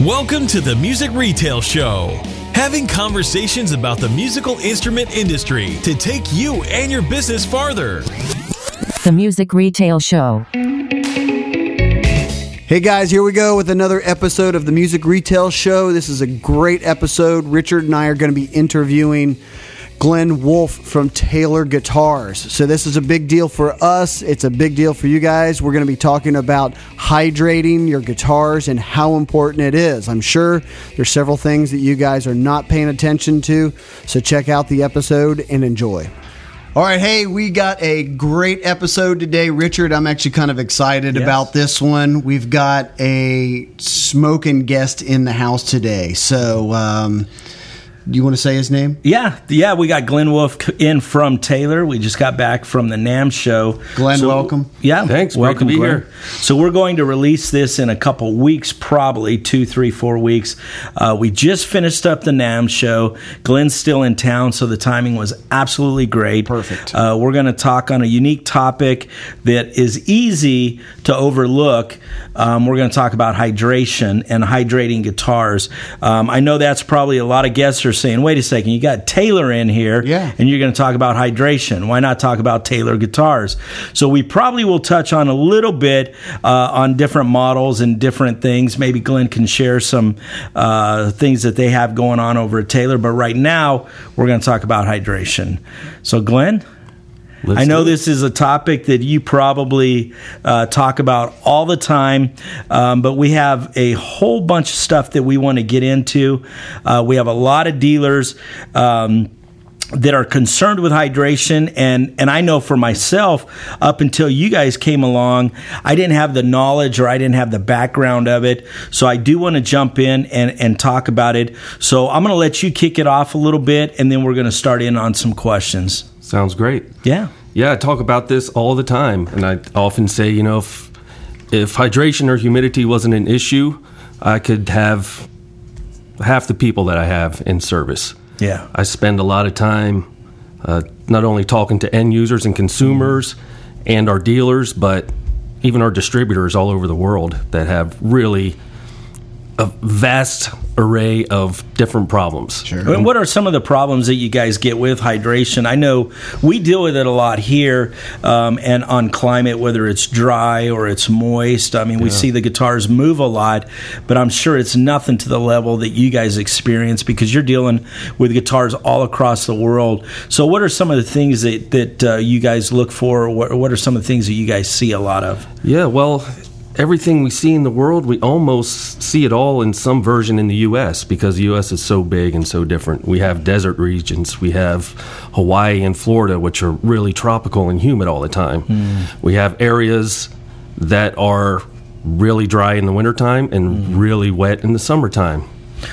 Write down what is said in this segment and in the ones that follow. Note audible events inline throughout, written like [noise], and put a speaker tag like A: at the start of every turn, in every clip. A: Welcome to the Music Retail Show, having conversations about the musical instrument industry to take you and your business farther.
B: The Music Retail Show.
C: Hey guys, here we go with another episode of the Music Retail Show. This is a great episode. Richard and I are going to be interviewing Glenn Wolf from Taylor Guitars. So, this is a big deal for us. It's a big deal for you guys. We're going to be talking about hydrating your guitars and how important it is. I'm sure there's several things that you guys are not paying attention to. So, check out the episode and enjoy. All right, hey, we got a great episode today, Richard. I'm actually kind of excited about this one. We've got a smoking guest in the house today. So, um, do you want to say his name?
D: Yeah, yeah, we got Glenn Wolf c- in from Taylor. We just got back from the NAM show.
C: Glenn, welcome.
D: Yeah,
E: Thanks, great
D: Welcome
E: to be
D: Glenn.
E: here.
D: So we're going to release this in a couple weeks, probably two, three, four weeks. Uh, we just finished up the NAM show. Glenn's still in town, so the timing was absolutely great.
C: Perfect.
D: Uh, we're going to talk on a unique topic that is easy to overlook. Um, we're going to talk about hydration and hydrating guitars. Um, I know that's probably a lot of guests are saying, "Wait a second, you got Taylor in here,
C: Yeah.
D: and you're going to talk about hydration. Why not talk about Taylor guitars?" So we probably will touch on a little bit uh, on different models and different things. Maybe Glenn can share some uh, things that they have going on over at Taylor. But right now, we're going to talk about hydration. So, Glenn. I know this is a topic that you probably uh, talk about all the time, um, but we have a whole bunch of stuff that we want to get into. Uh, we have a lot of dealers. Um, that are concerned with hydration and and I know for myself up until you guys came along I didn't have the knowledge or I didn't have the background of it so I do want to jump in and and talk about it so I'm going to let you kick it off a little bit and then we're going to start in on some questions
E: Sounds great.
D: yeah
E: Yeah, I talk about this all the time, and I often say, you know, if if hydration or humidity wasn't an issue, I could have half the people that I have in service.
D: Yeah.
E: I spend a lot of time uh, not only talking to end users and consumers and our dealers, but even our distributors all over the world that have really a vast array of different problems. Sure.
D: And what are some of the problems that you guys get with hydration? I know we deal with it a lot here um, and on climate, whether it's dry or it's moist. I mean, we see the guitars move a lot, but I'm sure it's nothing to the level that you guys experience because you're dealing with guitars all across the world. So, what are some of the things that, that uh, you guys look for? Or what, what are some of the things that you guys see a lot of?
E: Yeah, well, everything we see in the world, we almost see it all in some version in the U.S. because the U.S. is so big and so different. We have desert regions, we have Hawaii and Florida, which are really tropical and humid all the time.
D: Hmm.
E: We have areas that are really dry in the wintertime and really wet in the summertime.
D: Hmm.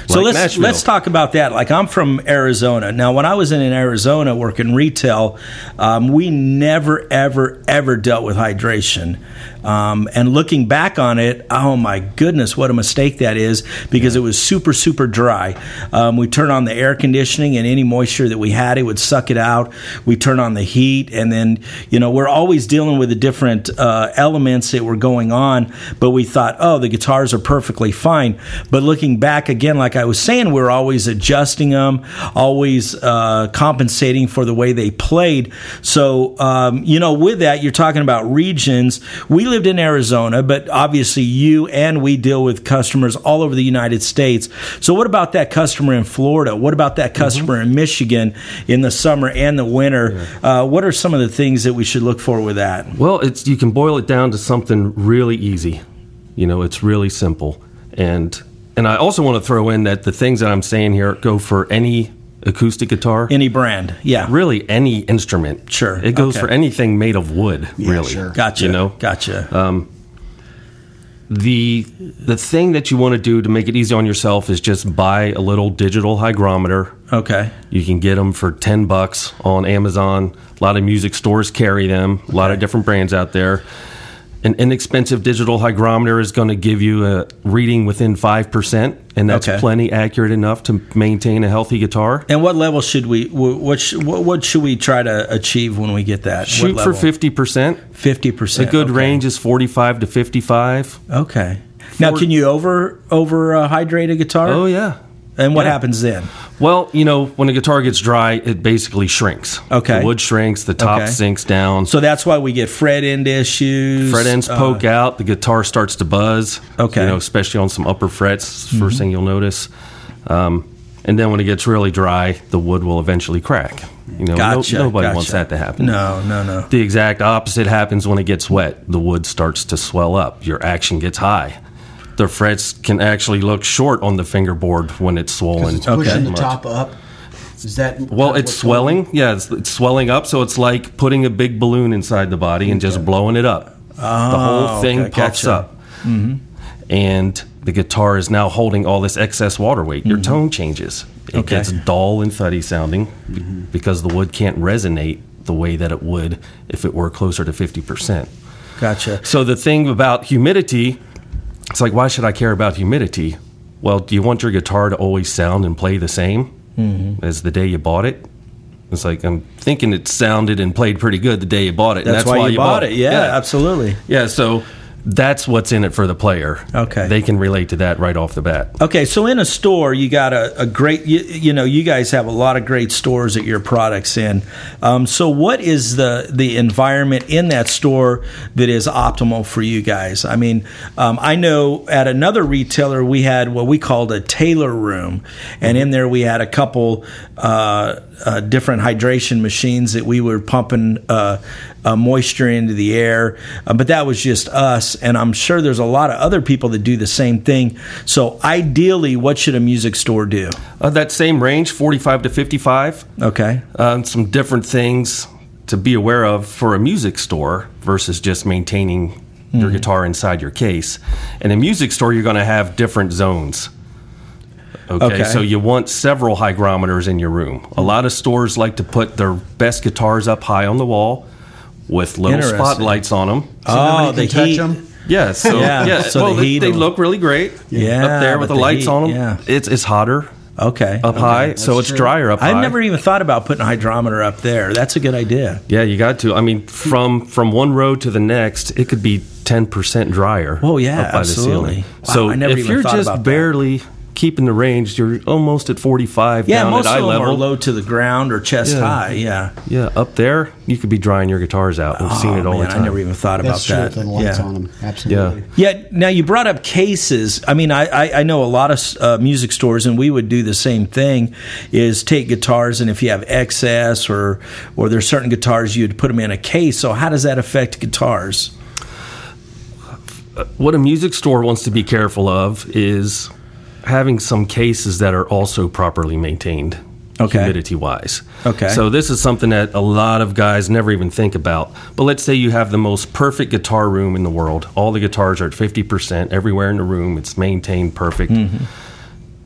D: So
E: like
D: let's
E: Nashville.
D: let's talk about that. Like I'm from Arizona. Now, when I was in Arizona working retail, um, we never, ever, ever dealt with hydration. Um, and looking back on it, oh my goodness, what a mistake that is! Because it was super, super dry. Um, we turned on the air conditioning, and any moisture that we had, it would suck it out. We turn on the heat, and then you know we're always dealing with the different uh, elements that were going on. But we thought, oh, the guitars are perfectly fine. But looking back again, like I was saying, we are always adjusting them, always uh, compensating for the way they played. So um, you know, with that, you're talking about regions. We lived in Arizona, but obviously you and we deal with customers all over the United States. So what about that customer in Florida? What about
E: Mm-hmm.
D: that customer in Michigan in the summer and the winter? Uh, what are some of the things that we should look for with that?
E: Well, it's you can boil it down to something really easy. You know, it's really simple. And and I also want to throw in that the things that I'm saying here go for any acoustic guitar.
D: Any brand, yeah.
E: really any instrument.
D: Sure,
E: It goes
D: okay.
E: for anything made of wood, really.
C: sure.
D: Gotcha.
E: You know? Uh,
D: gotcha.
E: the the thing that you want to do to make it easy on yourself is just buy a little digital hygrometer.
D: okay.
E: You can get them for 10 bucks on Amazon. A lot of music stores carry them, a lot of different brands out there. An inexpensive digital hygrometer is going to give you a reading within 5%, and that's
D: Okay.
E: plenty accurate enough to maintain a healthy guitar.
D: And what level should we? wh- What sh- what, what should we try to achieve when we get that?
E: Shoot for 50%.
D: fifty percent.
E: A good range is 45 to 55.
D: Okay. Now, can you over over uh, hydrate a guitar?
E: Oh yeah.
D: And what
E: Yeah.
D: happens then?
E: Well, you know, when a guitar gets dry, it basically shrinks.
D: Okay.
E: The wood shrinks, the top
D: Okay.
E: sinks down.
D: So that's why we get fret end issues.
E: fret ends
D: uh,
E: poke out, the guitar starts to buzz.
D: Okay. Mm-hmm.
E: You know, especially on some upper frets, 1st thing you'll notice. Um, and then when it gets really dry, the wood will eventually crack. You know, no-
D: Gotcha,
E: nobody
D: gotcha.
E: wants that to happen.
D: No, no, no.
E: The exact opposite happens when it gets wet. The wood starts to swell up. Your action gets high. The frets can actually look short on the fingerboard when it's swollen.
F: It's pushing the top up. Is that
E: Well,
F: that's
E: it's
F: what's going on?
E: swelling. Yeah, it's, it's swelling up. So it's like putting a big balloon inside the body and just blowing it up. the whole thing
D: Oh, okay,
E: puffs
D: gotcha. Mm-hmm.
E: up. And the guitar is now holding all this excess water weight. Your tone changes. It
D: Mm-hmm. Okay. Mm-hmm.
E: gets dull and thuddy sounding be- because the wood can't resonate the way that it would if it were closer to 50%.
D: Gotcha.
E: So the thing about humidity, it's like, why should I care about humidity? Well, do you want your guitar to always sound and play the same
D: Mm-hmm.
E: as the day you bought it? It's like I'm thinking it sounded and played pretty good the day you bought it. and
D: That's, why, you bought it. Yeah, absolutely.
E: Yeah, so that's what's in it for the player.
D: Okay.
E: They can relate to that right off the bat.
D: Okay, so in a store, you got a, a great, you, you know, you guys have a lot of great stores that your products in. Um, so, what is the the environment in that store that is optimal for you guys? I mean, um, I know at another retailer we had what we called a tailor room, and in there we had a couple uh, uh, different hydration machines that we were pumping uh, uh, moisture into the air. Uh, but that was just us, and I'm sure there's a lot of other people that do the same thing. So ideally, what should a music store do?
E: Uh, that same range, 45 to 55.
D: Okay,
E: um, some different things to be aware of for a music store versus just maintaining your
D: Hmm.
E: guitar inside your case. In a music store, you're going to have different zones. Okay,
D: Okay.
E: so you want several hygrometers in your room. A lot of stores like to put their best guitars up high on the wall with little
D: Interesting.
E: spotlights on them.
F: Nobody can
D: Oh, the
F: touch
D: heat.
F: 'em?
D: [laughs]
E: Yeah, so
D: Yeah,
E: yeah,
D: so
E: well,
D: the
E: they,
D: heat
E: they
D: will-
E: look really great.
D: Yeah,
E: up there with
D: but
E: the,
D: the
E: lights
D: heat,
E: on them,
D: yeah.
E: it's it's hotter
D: okay,
E: up high, so it's
F: true.
E: drier up high.
D: I've never even thought about putting a hydrometer up there. That's a good idea.
E: Yeah, you got to. I mean, from from one row to the next, it could be ten percent drier.
D: Oh, yeah,
E: up by
D: absolutely.
E: the ceiling.
D: Wow,
E: so
D: I never
E: if
D: even
E: you're
D: thought
E: just
D: about that.
E: barely keeping the range, you're almost at forty five.
D: Yeah,
E: down
D: most
E: at eye
D: of them
E: level.
D: are low to the ground or chest
E: Yeah.
D: high. Yeah,
E: Yeah, up there, you could be drying your guitars out. We've seen
D: Oh,
E: it all
D: man,
E: the time.
D: I never even thought
F: That's true.
D: about
F: with
D: that.
F: the lights
D: yeah.
F: on them.
E: yeah,
F: Absolutely.
D: Yeah. Now you brought up cases. I mean, I, I, I know a lot of uh, music stores, and we would do the same thing: is take guitars, and if you have excess or or there's certain guitars, you'd put them in a case. So how does that affect guitars?
E: what a music store wants to be careful of is having some cases that are also properly maintained
D: Okay.
E: humidity wise.
D: Okay.
E: So this is something that a lot of guys never even think about. But let's say you have the most perfect guitar room in the world. All the guitars are at 50% everywhere in the room. It's maintained perfect.
D: Mm-hmm.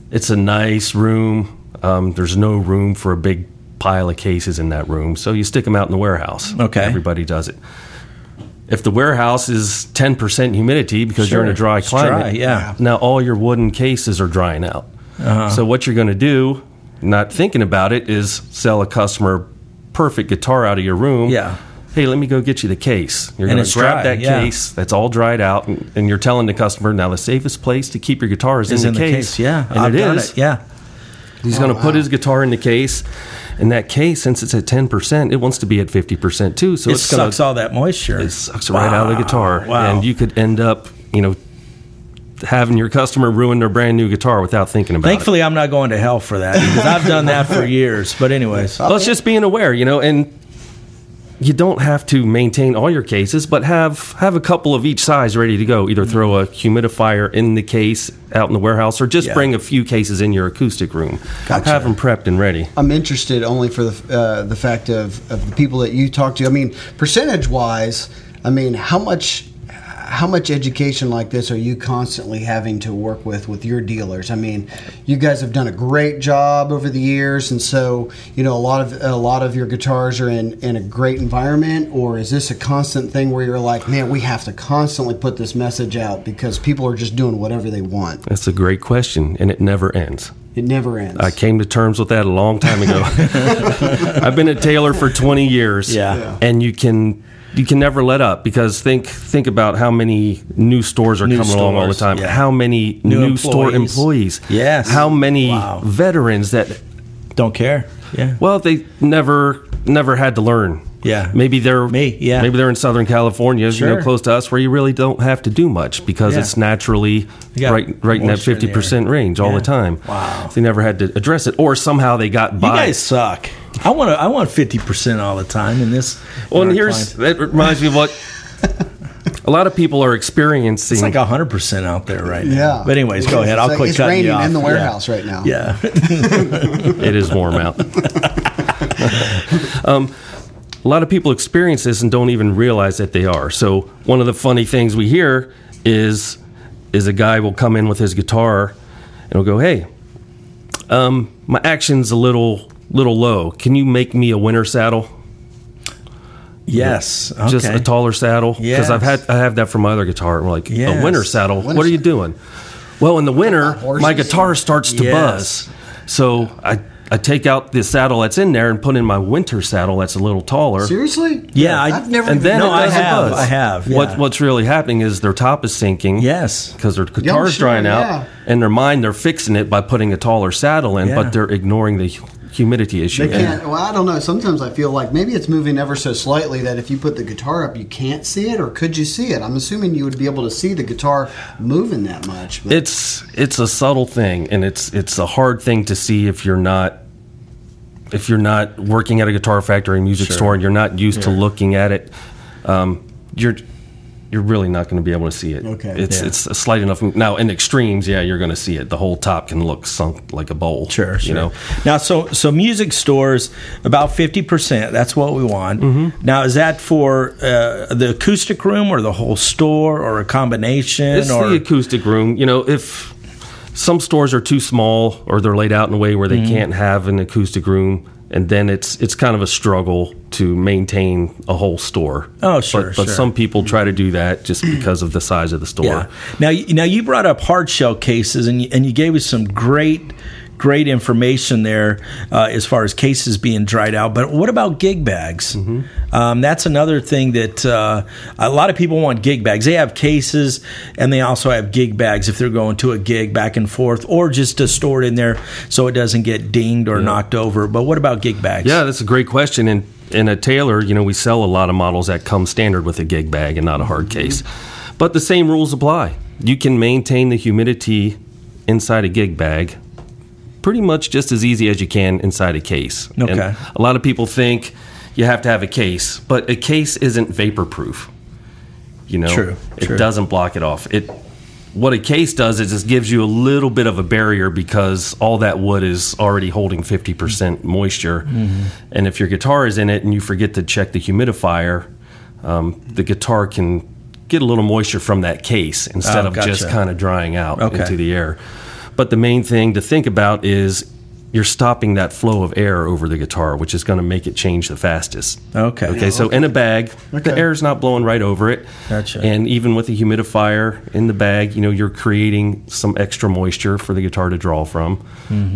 E: It's a nice room. Um, there's no room for a big pile of cases in that room. So you stick them out in the warehouse.
D: Okay.
E: Everybody does it if the warehouse is 10% humidity because you're in a
D: Sure.
E: dry
D: It's dry,
E: climate,
D: yeah. Uh-huh.
E: now all your wooden cases are drying out. So what you're going to do, not thinking about it, is sell a customer perfect guitar out of your room.
D: Yeah.
E: Hey, let me go get you the case. You're
D: And
E: going
D: it's
E: to grab
D: dry,
E: that
D: yeah.
E: case that's all dried out, and, and you're telling the customer now the safest place to keep your guitar is,
D: Is
E: in the, case.
D: Yeah,
E: and
D: I've
E: it
D: done
E: is.
D: it. Yeah.
E: He's going to put his guitar in the case, and that case, since it's at 10%, it wants to be at 50% too. So
D: It
E: it's going
D: sucks all that moisture.
E: it sucks right out of the guitar.
D: Wow.
E: And you could end up, you know, having your customer ruin their brand new guitar without thinking about it.
D: Thankfully, I'm not going to hell for that because I've done that
E: [laughs]
D: for years. But anyways,
E: Well, it's just being aware, you know, and you don't have to maintain all your cases, but have have a couple of each size ready to go. Either throw a humidifier in the case out in the warehouse, or just
D: Yeah.
E: bring a few cases in your acoustic room.
F: Gotcha.
E: Have them prepped and ready.
F: I'm interested only for the uh, the fact of, of the people that you talk to. I mean, percentage wise, I mean, how much how much education like this are you constantly having to work with with your dealers? I mean, you guys have done a great job over the years, and so you know a lot of a lot of your guitars are in in a great environment. Or is this a constant thing where you're like, man, we have to constantly put this message out because people are just doing whatever they want.
E: That's a great question, and it never ends.
F: It never ends.
E: I came to terms with that
D: [laughs]
E: a long time ago. I've been at Taylor for 20 years.
D: Yeah. Yeah.
E: And you can you can never let up because think think about how many new stores are
D: New
E: coming along all the
D: stores,
E: time.
D: yeah.
E: How many
D: New
E: new, store
D: employees.
E: employees?
D: Yes.
E: How many
D: Wow.
E: veterans that
D: Don't care. Yeah.
E: well they never never had to learn.
D: Yeah.
E: Maybe they're
D: Me, yeah.
E: Maybe they're in Southern California, you
D: Sure.
E: know, close to us, where you really don't have to do much because
D: Yeah.
E: it's naturally
D: You got
E: right right in that
D: moisture in the
E: fifty percent
D: air.
E: range all
D: Yeah.
E: the time.
D: Wow.
E: They never had to address it, or somehow they got by.
D: You guys suck. I want to. I want fifty percent all the time in this.
E: Well,
D: in
E: and
D: our
E: here's
D: clients.
E: that reminds me
D: [laughs]
E: of what a lot of people are experiencing.
D: it's like hundred percent out there right now.
F: Yeah.
D: But anyways, go
F: It's
D: ahead. I'll
F: like-
D: quit
F: it's
D: cutting you
F: raining
D: off.
F: in the
D: Yeah.
F: warehouse right now.
D: Yeah. [laughs]
E: it is warm out. um, a lot of people experience this and don't even realize that they are. So one of the funny things we hear is is a guy will come in with his guitar and will go, "Hey, um, my action's a little little low. Can you make me a winter saddle?"
D: yes. Okay.
E: just a taller saddle because I've
D: Yes.
E: had I have that for my other guitar. And we're like
D: Yes.
E: a winter saddle.
F: Winter
E: what are you
F: saddle.
E: doing? Well, in the winter,
F: horses.
E: my guitar starts to
D: Yes.
E: buzz, so I I take out the saddle that's in there and put in my winter saddle that's a little taller.
F: Seriously?
D: Yeah, I-
F: I've never.
E: And
F: even
E: then
D: No,
E: it
D: I
E: does a
D: have,
E: buzz.
D: I have, yeah.
E: What, what's really happening is their top is sinking.
D: Yes.
E: because their guitar's
F: sure,
E: drying out.
F: yeah.
E: In their mind, they're fixing it by putting a taller saddle in,
D: Yeah.
E: but they're ignoring the hu- humidity issue.
F: They
E: And-
F: can't. Well, I don't know. Sometimes I feel like maybe it's moving ever so slightly that if you put the guitar up, you can't see it, or could you see it? I'm assuming you would be able to see the guitar moving that much. But
E: it's it's a subtle thing and it's it's a hard thing to see if you're not if you're not working at a guitar factory music store and you're not used to looking at it um, you're you're really not going to be able to see it.
F: Okay.
E: It's
D: Yeah.
E: it's a slight enough move. now in extremes, yeah, you're going to see it. The whole top can look sunk like a bowl.
D: Sure, sure.
E: You know,
D: Now, so so music stores about fifty percent. That's what we want.
E: Mm-hmm.
D: Now, is that for uh, the acoustic room or the whole store or a combination?
E: it's
D: or
E: the acoustic room. You know, if some stores are too small or they're laid out in a way where they
D: Mm-hmm.
E: can't have an acoustic room, and then it's it's kind of a struggle to maintain a whole store.
D: Oh, sure,
E: But, but
D: sure.
E: some people try to do that just because of the size of the store.
D: yeah. Now, you- now you brought up hard shell cases, and you, and you gave us some great. Great information there uh, as far as cases being dried out. But what about gig bags? Um, that's another thing that uh, a lot of people want gig bags. They have cases and they also have gig bags if they're going to a gig back and forth or just to store it in there so it doesn't get dinged or knocked over. But what about gig bags?
E: Yeah, that's a great question. And in a tailor, you know, we sell a lot of models that come standard with a gig bag and not a hard
D: Mm-hmm.
E: case. But the same rules apply. You can maintain the humidity inside a gig bag pretty much just as easy as you can inside a case. And
D: Okay.
E: a lot of people think you have to have a case, but a case isn't vapor proof. You know,
D: True,
E: it
D: true.
E: doesn't block it off. It what a case does is just gives you a little bit of a barrier because all that wood is already holding 50% moisture.
D: Mm-hmm.
E: And if your guitar is in it and you forget to check the humidifier, um, the guitar can get a little moisture from that case instead
D: Oh,
E: of
D: gotcha.
E: just kind of drying out
D: Okay.
E: into the air. But the main thing to think about is you're stopping that flow of air over the guitar, which is going to make it change the fastest.
D: Okay.
E: Okay, so in a bag,
F: Okay.
E: the air's not blowing right over it.
D: Gotcha.
E: And even with a humidifier in the bag, you know, you're creating some extra moisture for the guitar to draw from.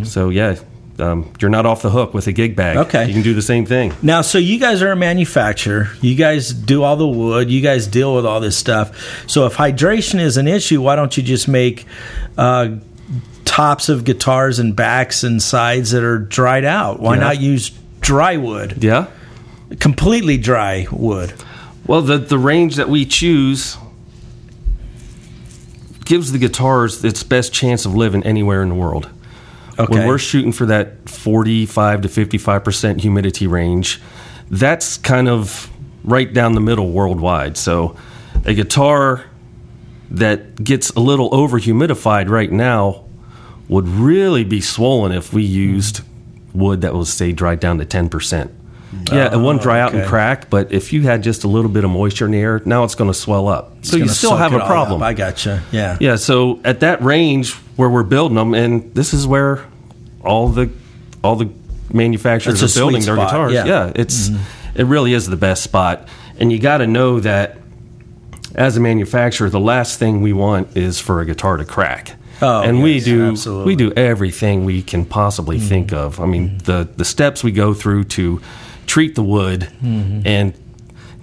E: So, yeah, um, you're not off the hook with a gig bag.
D: Okay.
E: You can do the same thing.
D: Now, so you guys are a manufacturer. You guys do all the wood. You guys deal with all this stuff. So if hydration is an issue, why don't you just make uh, tops of guitars and backs and sides that are dried out? Why
E: Yeah.
D: not use dry wood,
E: Yeah.
D: completely dry wood?
E: Well, the, the range that we choose gives the guitars its best chance of living anywhere in the world.
D: Okay.
E: When we're shooting for that 45 to 55% humidity range, that's kind of right down the middle worldwide. So a guitar that gets a little over humidified right now would really be swollen if we used wood that was, say, dried down to 10%. Yeah, it won't dry out
D: Oh, okay.
E: and crack, but if you had just a little bit of moisture in the air, now it's going to swell up. so you
D: Gonna
E: still
D: soak
E: have
D: it
E: a
D: all
E: problem.
D: up. I gotcha. Yeah.
E: Yeah, so at that range where we're building them, and this is where all the all the manufacturers
D: That's a
E: are building
D: sweet
E: their
D: spot,
E: guitars.
D: yeah. Mm-hmm.
E: it's it really is the best spot, and you got to know that as a manufacturer, the last thing we want is for a guitar to crack.
D: Oh,
E: and we
D: yes,
E: do
D: absolutely. Mm-hmm.
E: we do everything we can possibly think of.
D: Mm-hmm.
E: I mean, the the steps we go through to treat the wood and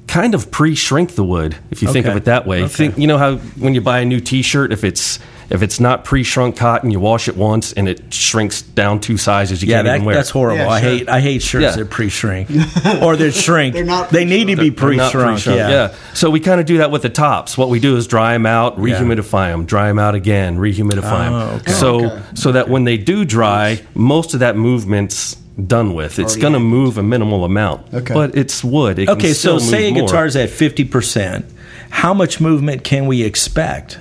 E: kind of pre-shrink the wood if you think of
D: Okay.
E: it that way.
D: Okay.
E: Think you know how when you buy a new T-shirt, if it's if it's not pre-shrunk cotton, you wash it once and it shrinks down two sizes. You
D: Yeah,
E: can't
D: that,
E: even wear.
D: that's
E: it.
D: horrible.
F: Yeah,
D: I
F: sure.
D: hate I hate shirts
E: Yeah.
D: that pre-shrink or that shrink.
F: [laughs] They're not
D: They need to be
E: They're not
D: pre-shrunk. yeah.
E: So we kind of do that with the tops. What we do is dry them out, rehumidify them, dry them out again, rehumidify them.
D: Oh, okay.
E: So
F: Okay.
E: so that when they do dry, most of that movement's done with. It's going to move a minimal amount.
F: Okay.
E: But it's wood. It can
D: Okay, so
E: still
D: say a
E: move more.
D: guitar's at fifty percent. How much movement can we expect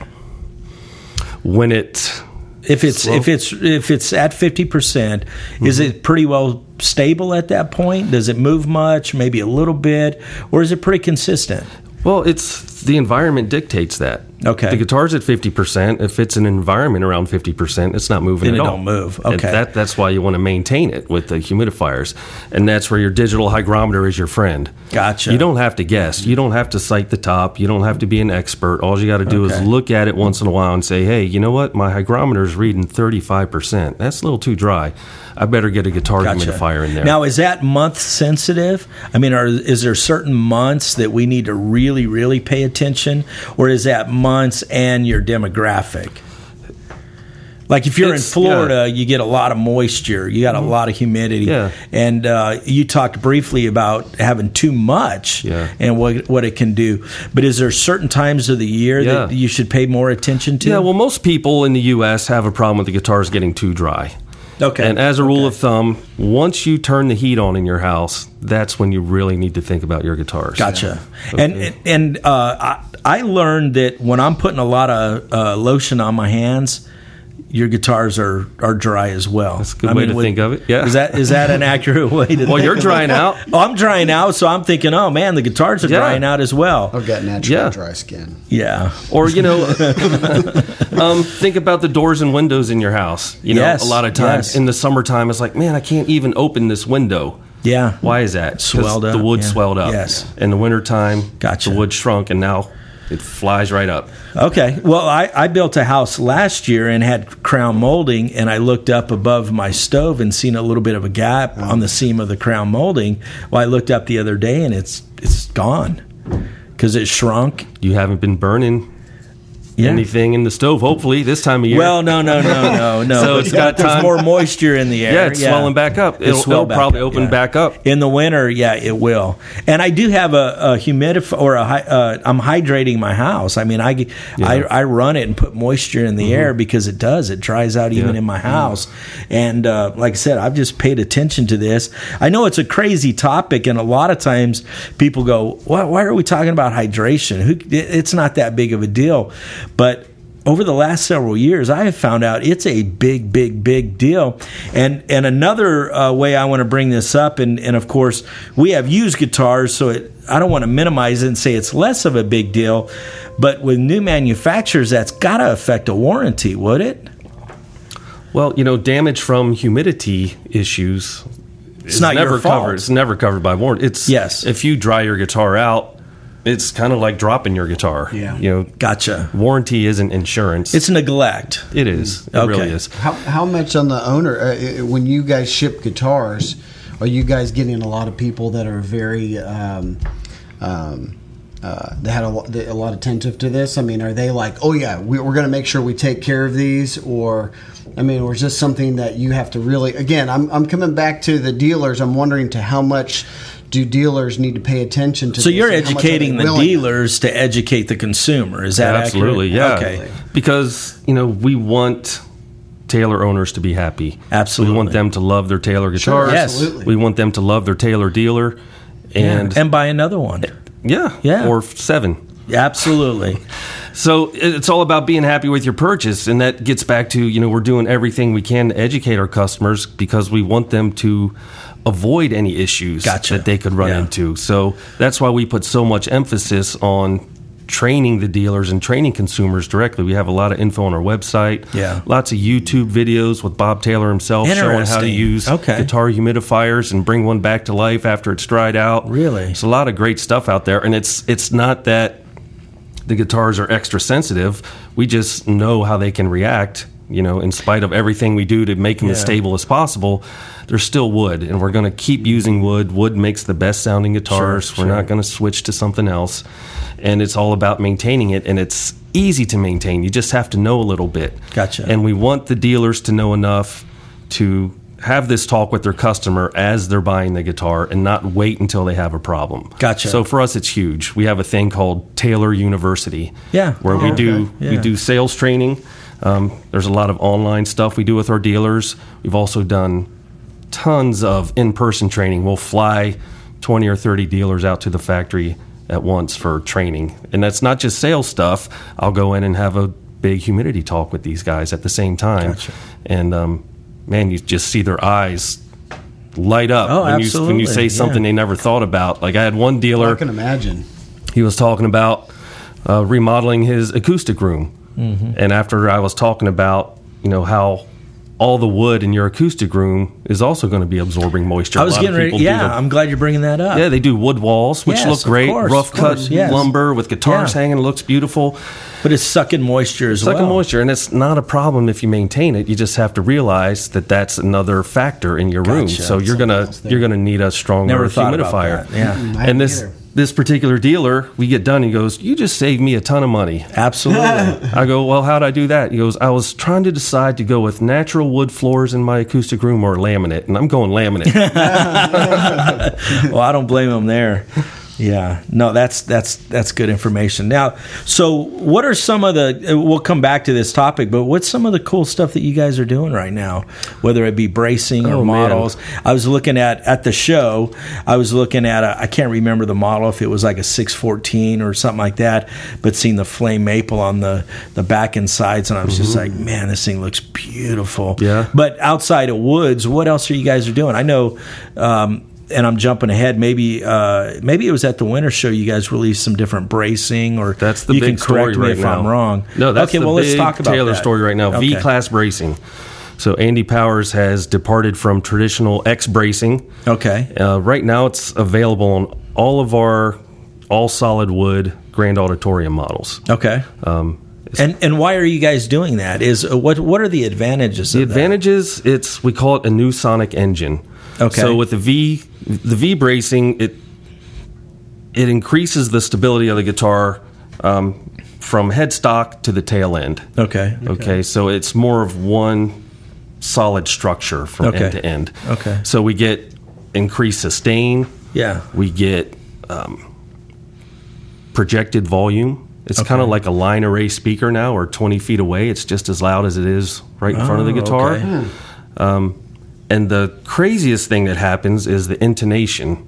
E: when it
D: if it's if it's if it's at fifty percent? Is
E: Mm-hmm.
D: it pretty well stable at that point? Does it move much? Maybe a little bit, or is it pretty consistent?
E: Well, it's the environment dictates that.
D: Okay.
E: The guitar's at fifty percent. If it's an environment around fifty percent, it's not moving
D: Then
E: at
D: it
E: all.
D: don't move.
E: And
D: Okay.
E: that that's why you want to maintain it with the humidifiers, and that's where your digital hygrometer is your friend.
D: Gotcha.
E: You don't have to guess. You don't have to cite the top. You don't have to be an expert. All you got to do
D: Okay.
E: is look at it once in a while and say, "Hey, you know what? My hygrometer's reading thirty-five percent. That's a little too dry. I better get a guitar humidifier in there."
D: Now, is that month sensitive? I mean, are is there certain months that we need to really, really pay attention, or is that months and your demographic? Like if you're
E: It's- Mm-hmm.
D: in Florida, you get a lot of moisture, you got a lot of humidity,
E: Yeah.
D: and uh, you talked briefly about having too much
E: Yeah.
D: and what what it can do. But is there certain times of the year that
E: Yeah.
D: you should pay more attention to?
E: Yeah, well, most people in the U.S. have a problem with the guitars getting too dry.
D: Okay.
E: And as a rule of thumb, once you turn the heat on in your house, that's when you really need to think about your guitars.
D: Gotcha. And and uh, I, I learned that when I'm putting a lot of uh, lotion on my hands, your guitars are, are dry as well. That's
E: a good way to think of it, yeah.
D: Is that is that
E: [laughs]
D: an accurate way to?
E: Well,
D: think
E: you're
D: of it?
E: drying out.
D: Oh, I'm drying out, so I'm thinking, oh man, the guitars are
E: Yeah.
D: drying out as well.
F: I've got natural
E: Yeah.
F: dry skin.
D: Yeah.
E: Or,
D: [laughs]
E: you know, um, think about the doors and windows in your house. You know,
D: Yes,
E: a lot of times
D: yes.
E: in the summertime, it's like, man, I can't even open this window.
D: Yeah.
E: Why is that? 'Cause
D: Swelled up,
E: The wood
D: yeah.
E: swelled up.
D: Yes.
E: In the wintertime,
D: Gotcha.
E: the wood shrunk, and now it flies right up.
D: Okay. Well, I, I built a house last year and had crown molding, and I looked up above my stove and seen a little bit of a gap on the seam of the crown molding. Well, I looked up the other day and it's it's gone because it shrunk.
E: You haven't been burning
D: Yeah.
E: anything in the stove, hopefully, this time of year.
D: Well, no, no, no, no, no.
E: [laughs] So it's got
D: there's
E: time-
D: more moisture in the air.
E: Yeah, it's swelling back up.
D: It
E: It'll-
D: swell
E: it'll probably open
D: yeah.
E: back up.
D: in the winter. Yeah, it will. And I do have a, a humidif or a hy- uh, I'm hydrating my house. I mean, I, g- I I run it and put moisture in the air because it does. It dries out even
E: Yeah.
D: in my house. And uh, like I said, I've just paid attention to this. I know it's a crazy topic, and a lot of times people go, "Why, why are we talking about hydration? Who, it- it's not that big of a deal," but over the last several years, I have found out it's a big, big, big deal. And and another uh, way I want to bring this up, and and of course we have used guitars, so it, I don't want to minimize it and say it's less of a big deal. But with new manufacturers, that's got to affect a warranty, would it?
E: Well, you know, damage from humidity issues. It's
D: not your
E: never
D: fault.
E: covered. It's never covered by warranty. It's
D: Yes.
E: If you dry your guitar out, it's kind of like dropping your guitar.
F: Yeah.
E: You know,
D: Gotcha.
E: warranty isn't insurance.
D: It's neglect.
E: it is. It
D: Okay.
E: really is.
F: How, how much on the owner uh, uh, when you guys ship guitars? Are you guys getting a lot of people that are very um, um, uh, that had a, lo- that- a lot of attentive to this? I mean, are they like, oh yeah, we, we're going to make sure we take care of these, or I mean, or is this something that you have to really? Again, I'm I'm coming back to the dealers. I'm wondering to how much do dealers need to pay attention to?
D: So
F: this
D: you're
F: and how much are they
D: educating the
F: willing-
D: dealers to educate the consumer. Is that
E: Absolutely.
D: accurate?
E: Yeah. Because, you know, we want Taylor owners to be happy. We
D: Absolutely.
E: want them to love their Taylor
F: Sure,
E: guitars.
D: Yes.
F: absolutely.
E: We want them to love their Taylor dealer. And
D: Okay. And buy another one.
E: yeah,
D: Yeah.
E: or seven.
D: Absolutely.
E: So it's all about being happy with your purchase, and that gets back to you know we're doing everything we can to educate our customers because we want them to avoid any issues
D: Gotcha.
E: that they could run
D: Yeah.
E: into. So that's why we put so much emphasis on training the dealers and training consumers directly. We have a lot of info on our website.
D: Yeah.
E: lots of YouTube videos with Bob Taylor himself showing how to
D: Interesting.
E: use
D: Okay.
E: guitar humidifiers and bring one back to life after it's dried out.
D: Really?
E: it's a lot of great stuff out there, and it's it's not that the guitars are extra sensitive. We just know how they can react You know, in spite of everything we do to make them as
D: Yeah.
E: stable as possible, there's still wood, and we're going to keep using wood. Wood makes the best sounding guitars.
D: Sure,
E: We're
D: sure.
E: not going to switch to something else, and it's all about maintaining it. And it's easy to maintain. You just have to know a little bit.
D: Gotcha.
E: And we want the dealers to know enough to have this talk with their customer as they're buying the guitar and not wait until they have a problem.
D: Gotcha.
E: So for us, it's huge. We have a thing called Taylor University.
D: Yeah.
E: Where
D: Oh,
E: we do
D: okay. Yeah.
E: we do sales training. Um, there's a lot of online stuff we do with our dealers. We've also done tons of in-person training. We'll fly 20 or 30 dealers out to the factory at once for training. And that's not just sales stuff. I'll go in and have a big humidity talk with these guys at the same time.
D: Gotcha.
E: And um, man, you just see their eyes light up
D: Oh,
E: when, you, when
D: absolutely,
E: you say something
D: yeah.
E: they never thought about. Like I had one
F: I
E: dealer
F: can imagine.
E: he was talking about uh, remodeling his acoustic room.
D: Mm-hmm.
E: And after I was talking about, you know, how all the wood in your acoustic room is also going to be absorbing moisture.
D: I was
E: A lot of
D: getting ready.
E: people do
D: Yeah,
E: the-
D: I'm glad you're bringing that up.
E: yeah, they do wood walls, which
D: Yes,
E: look
D: of
E: great.
D: course,
E: Rough
D: of
E: cut
D: course, yes.
E: lumber with guitars
D: Yeah.
E: hanging looks beautiful.
D: but it's sucking moisture as
E: It's like
D: well.
E: a moisture, and it's not a problem if you maintain it. You just have to realize that that's another factor in your room.
D: Gotcha.
E: So you're gonna you're gonna need a stronger
D: Never thought about
E: humidifier.
D: that. Yeah. Mm,
F: I haven't
E: and this
F: either.
E: this particular dealer, we get done. He goes, "You just saved me a ton of money."
F: [laughs]
D: Absolutely.
E: I go, "Well, how'd I do that?" He goes, "I was trying to decide to go with natural wood floors in my acoustic room or laminate, and I'm
D: [laughs]
E: going laminate."
D: well, I don't blame him there. Yeah. No, that's that's that's good information. Now, so what are some of the? uh, We'll come back to this topic, but what's some of the cool stuff that you guys are doing right now? Whether it be bracing
E: Oh,
D: or
E: man.
D: models. I was looking at at the show. I was looking at a, I can't remember the model if it was like a six fourteen or something like that, but seeing the flame maple on the the back and sides, and I was just like, man, this thing looks beautiful.
E: Mm-hmm. Yeah.
D: But outside of woods, what else are you guys are doing? I know, um, and I'm jumping ahead. Maybe uh, maybe it was at the winter show. You guys released some different bracing, or
E: That's the
D: you
E: big
D: can correct
E: story
D: me
E: right
D: if
E: now.
D: I'm wrong.
E: No, that's
D: okay.
E: the
D: well,
E: big
D: let's talk about
E: Taylor
D: that.
E: story right now.
D: Okay.
E: V class bracing. So Andy Powers has departed from traditional X bracing.
D: Okay.
E: Uh, right now, it's available on all of our all solid wood grand auditorium models.
D: Okay.
E: Um,
D: and and why are you guys doing that? Is uh, what what are the advantages?
E: The
D: of that?
E: advantages it's we call it a new sonic engine.
D: Okay.
E: So with the V the V bracing it it increases the stability of the guitar um, from headstock to the tail end.
D: Okay.
E: Okay, so it's more of one solid structure from
D: Okay.
E: end to end.
D: Okay.
E: So we get increased sustain.
D: Yeah.
E: We get um, projected volume. It's kind of like a line array speaker now, or 20 feet away. It's just as loud as it is right in front of the
D: Oh,
E: guitar.
D: okay.
E: Um, and the craziest thing that happens is the intonation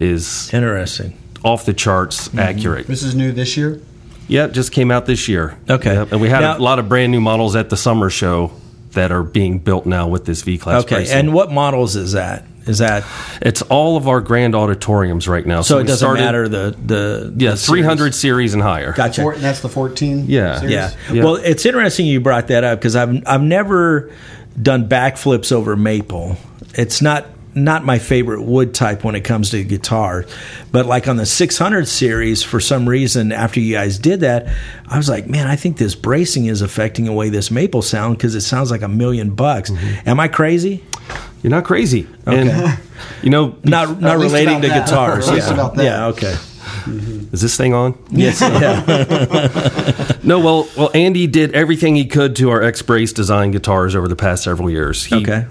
E: is
D: Interesting.
E: off the charts
D: Mm-hmm.
E: accurate.
F: This is new this year.
E: Yep, just came out this year.
D: Okay.
E: Yep, and we had
D: Now-
E: a lot of brand new models at the summer show that are being built now with this V class.
D: Okay.
E: pricing.
D: And what models is that? Is that
E: it's all of our grand auditoriums right now.
D: so? it
E: we
D: doesn't
E: started-
D: matter the the
E: Yeah,
D: the
E: three hundred
D: series?
E: series. and higher.
D: Gotcha.
F: Four, that's the 14.
E: Yeah.
F: series?
D: Yeah.
E: Yeah.
D: Well, it's interesting you brought that up because I've I've never done backflips over maple. It's not not my favorite wood type when it comes to guitar, but like on the 600 series, for some reason, after you guys did that, I was like, man, I think this bracing is affecting away this maple sound because it sounds like a million bucks. Am I crazy?
E: You're not crazy. And, you [laughs] know,
D: Not not
F: least
D: relating
F: about
D: to
F: that.
D: guitars.
F: At least
D: yeah.
F: about that.
D: yeah. Okay.
E: is this thing on?
D: Yes. yeah.
E: No, well, well, Andy did everything he could to our X Brace design guitars over the past several years. He-
D: Okay.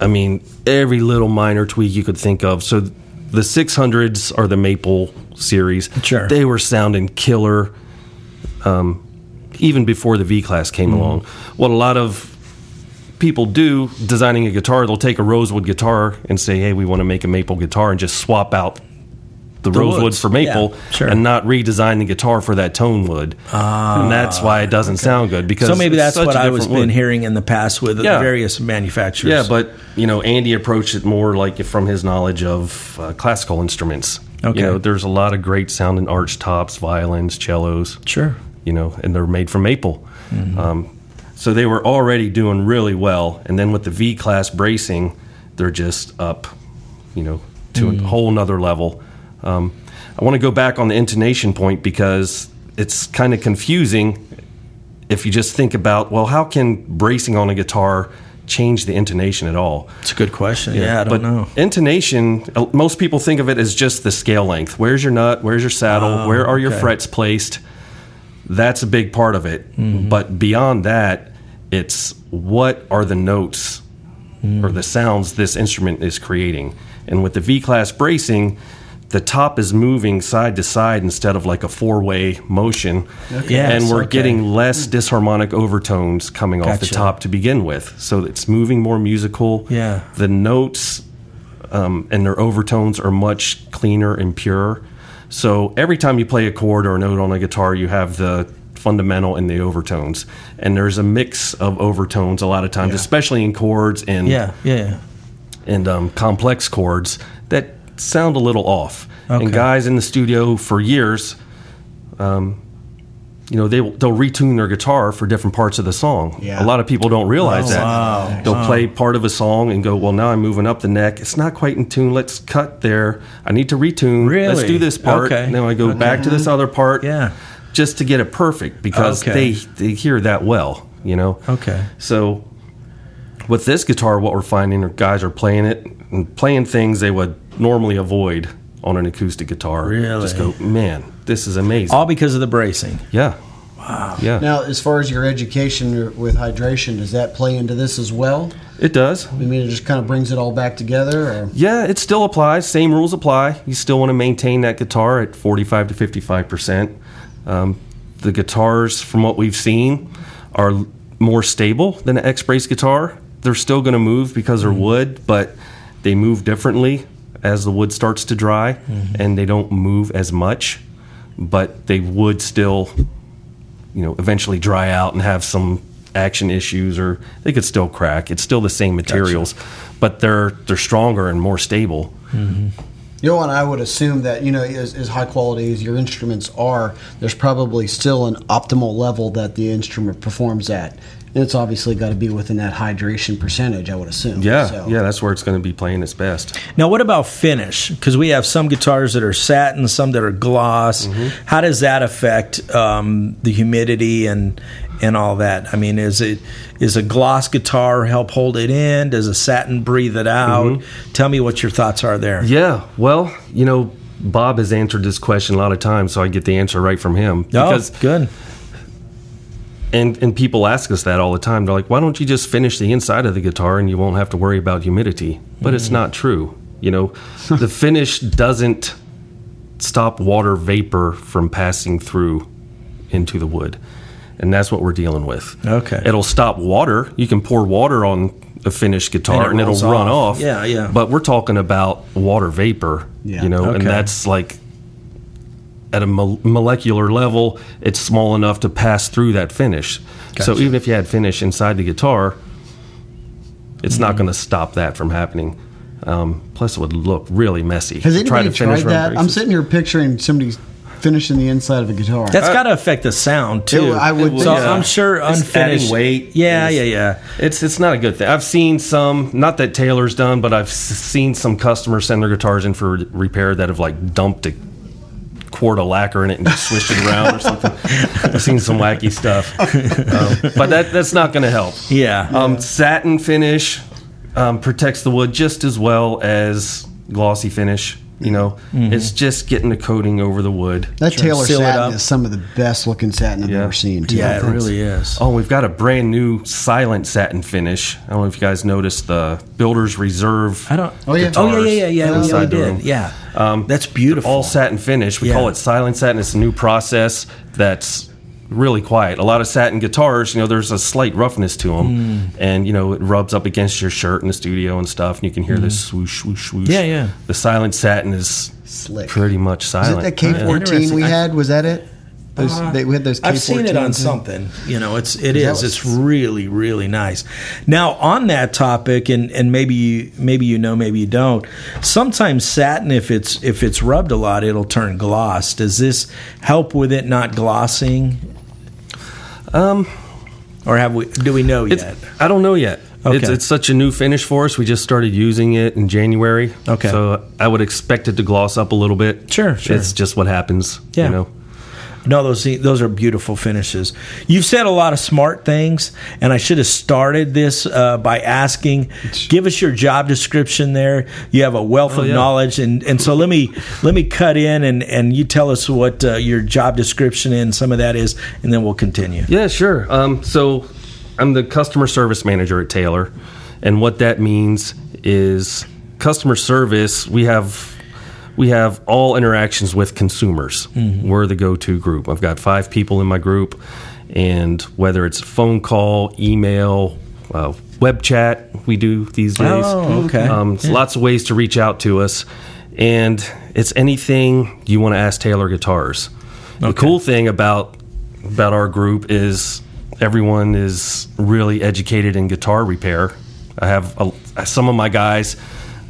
E: I mean, every little minor tweak you could think of. So the 600s are the Maple series.
D: Sure.
E: They were sounding killer um, even before the V Class came
D: Mm-hmm.
E: along. What a lot of people do designing a guitar, they'll take a rosewood guitar and say, hey, we want to make a maple guitar and just swap out the, rosewood
D: woods.
E: for maple
D: Yeah, sure.
E: and not redesign the guitar for that tone wood. and that's why it doesn't sound good because
D: Ah, So maybe
E: it's
D: that's
E: such
D: what
E: a
D: I was
E: different
D: been
E: wood.
D: hearing in the past with
E: Yeah.
D: various manufacturers.
E: Yeah, but you know, Andy approached it more like from his knowledge of uh, classical instruments.
D: Okay.
E: You know, there's a lot of great sounding arch tops, violins, cellos.
D: Sure.
E: You know, and they're made from maple. Um, so they were already doing really well, and then with the V class bracing, they're just up, you know, to a whole nother level. Um, I want to go back on the intonation point because it's kind of confusing if you just think about, well, how can bracing on a guitar change the intonation at all?
D: It's a good question. Yeah, I don't
E: but
D: know.
E: Intonation, uh, most people think of it as just the scale length. Where's your nut? Where's your saddle? Where are your
D: Oh, okay.
E: frets placed? That's a big part of it.
D: Mm-hmm.
E: But beyond that, it's what are the notes
D: Mm.
E: or the sounds this instrument is creating. And with the V class bracing, the top is moving side to side instead of like a four way motion.
D: Yes,
E: and we're
D: okay.
E: getting less disharmonic overtones coming off the
D: Gotcha.
E: top to begin with. So it's moving more musical.
D: Yeah.
E: The notes um, and their overtones are much cleaner and purer. So every time you play a chord or a note on a guitar, you have the fundamental and the overtones. And there's a mix of overtones a lot of times, especially in chords and
D: Yeah, yeah, yeah.
E: and um, complex chords that sound a little off.
D: Okay.
E: And guys in the studio for years, um, you know, they will- they'll retune their guitar for different parts of the song.
F: Yeah.
E: A lot of people don't realize that.
D: Oh, wow.
E: They'll play part of a song and go, "Well, now I'm moving up the neck. It's not quite in tune. Let's cut there. I need to retune. Let's
D: Really?
E: do this part.
D: Okay. Mm-hmm.
E: Now I go back to this other part.
D: Yeah.
E: Just to get it perfect because
D: Okay.
E: they they hear that well, you know.
D: Okay.
E: So with this guitar, what we're finding are guys are playing it and playing things they would normally avoid on an acoustic guitar.
D: Really?
E: Just go, man, this is amazing.
D: All because of the bracing.
E: yeah. Wow. Yeah.
F: Now, as far as your education with hydration, does that play into this as well?
E: it does.
F: I mean, it just kind of brings it all back together. Or?
E: Yeah, it still applies. Same rules apply. You still want to maintain that guitar at 45 to 55 percent. Um, the guitars, from what we've seen, are l- more stable than an X-Brace guitar. They're still going to move because they're wood, but they move differently as the wood starts to dry, and they don't move as much. But they would still, you know, eventually dry out and have some action issues, or they could still crack. It's still the same materials, but they're they're stronger and more stable.
F: You know, and I would assume that you know, as, as high quality as your instruments are, there's probably still an optimal level that the instrument performs at, and it's obviously got to be within that hydration percentage. I would assume.
E: Yeah,
F: So-
E: yeah, that's where it's going to be playing its best.
D: Now, what about finish? Because we have some guitars that are satin, some that are gloss. How does that affect um, the humidity and and all that? I mean, is it is a gloss guitar help hold it in? Does a satin breathe it out? Tell me what your thoughts are there.
E: Yeah, well, you know, Bob has answered this question a lot of times, so I get the answer right from him.
D: Oh, good.
E: and and people ask us that all the time. They're like, "Why don't you just finish the inside of the guitar and you won't have to worry about humidity?" But it's not true.
D: [laughs]
E: You know, the finish doesn't stop water vapor from passing through into the wood. And that's what we're dealing with.
D: Okay.
E: It'll stop water. You can pour water on a finished guitar
D: And
E: and,
D: it
E: it will
D: rolls
E: run
D: off.
E: off.
D: Yeah, yeah.
E: But we're talking about water vapor,
F: Yeah.
E: you know,
D: Okay.
E: and that's like at a mo- molecular level, it's small enough to pass through that finish. So even if you had finish inside the guitar, it's not
F: Mm-hmm.
E: going to stop that from happening. Um, plus, it would look really messy.
F: Has
E: to try
F: anybody
E: to finish
F: tried
E: around
F: that? I'm
E: braces.
F: sitting here picturing somebody finishing the inside of a guitar.
D: That's got to affect the sound too.
F: It- I would
D: So
F: think so.
D: I'm sure
E: It's
D: unfinished
E: adding weight.
D: Yeah,
E: It's-
D: yeah, yeah.
E: It's it's not a good thing. I've seen some, not that Taylor's done, but I've s- seen some customers send their guitars in for re- repair that have like dumped a quart of lacquer in it and just swished it around
D: [laughs]
E: or something. I've seen some wacky stuff, um, but that that's not going to help.
D: Yeah.
E: Um, satin finish um, protects the wood just as well as glossy finish. You know,
D: Mm-hmm.
E: it's just getting the coating over the wood.
F: that Taylor
D: seal it
F: satin
D: up.
F: is some of the best looking satin I've
E: Yeah.
F: ever seen. Too.
D: yeah, it really is.
E: Oh, we've got a brand new silent satin finish. I don't know if you guys noticed the Builder's Reserve.
D: I don't.
F: Oh, yeah.
D: Oh yeah, yeah, yeah, yeah. we- We,
E: Inside the room. Um,
D: did. Yeah. That's beautiful.
E: all satin finish. We
D: Yeah.
E: call it silent satin. It's a new process that's really quiet. A lot of satin guitars, you know, there's a slight roughness to
D: Hmm.
E: them, and you know, it rubs up against your shirt in the studio and stuff, and you can hear this swoosh, swoosh, swoosh.
D: Hmm. Yeah, yeah.
E: The silent satin is
F: Slick.
E: pretty much
F: Is
E: silent.
F: it that K14 we had? Was that it? Those, they, we had those. K14s
D: Uh, I've seen it on
F: and-
D: something. You know, it's it is.
F: was-
D: It's really really nice. Now on that topic, and and maybe you maybe you know, maybe you don't. Sometimes satin, if it's if it's rubbed a lot, it'll turn gloss. Does this help with it not glossing? Um, or have we? Do we know
E: Um, It's,
D: yet?
E: I don't know yet. It's,
D: Okay.
E: it's such a new finish for us. We just started using it in January.
D: Okay.
E: So I would expect it to gloss up a little bit.
D: Sure, sure.
E: It's just what happens.
D: Yeah.
E: You know.
D: No, those those are beautiful finishes. You've said a lot of smart things, and I should have started this uh, by asking, give us your job description. There, you have a wealth of
E: yeah.
D: knowledge, and, and so let me let me cut in and and you tell us what uh, your job description and some of that is, and then we'll continue.
E: Yeah, sure. Um, so I'm the customer service manager at Taylor, and what that means is customer service. We have we have all interactions with consumers.
D: Mm-hmm.
E: We're the go-to group. I've got five people in my group, and whether it's phone call, email, uh, web chat, we do these days.
D: Oh, okay.
E: Um, it's Lots of ways to reach out to us, and it's anything you want to ask Taylor Guitars. The cool thing about about our group is everyone is really educated in guitar repair. I have a, some of my guys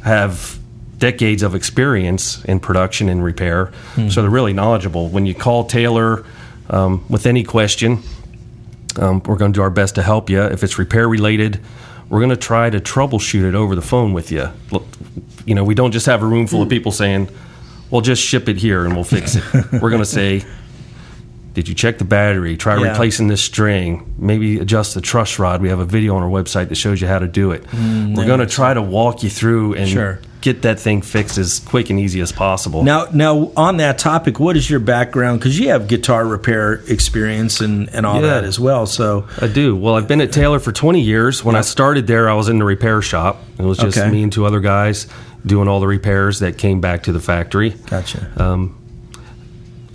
E: have decades of experience in production and repair, so they're really knowledgeable. When you call Taylor um, with any question, um, we're going to do our best to help you. If it's repair related, we're going to try to troubleshoot it over the phone with you. Look, You know, we don't just have a room full of people saying, "Well, just ship it here and we'll
D: [laughs]
E: fix it." we're going to say, "Did you check the battery? Try
D: Yeah.
E: replacing this string. Maybe adjust the truss rod." We have a video on our website that shows you how to do it. we're going to try to walk you through and
D: Mm, Sure.
E: get that thing fixed as quick and easy as possible.
D: Now, now on that topic, what is your background? Because you have guitar repair experience and, and all
E: Yeah.
D: that as well. So,
E: I do. Well, I've been at Taylor for 20 years. When I started there, I was in the repair shop. It was just
D: Okay.
E: me and two other guys doing all the repairs that came back to the factory.
D: gotcha.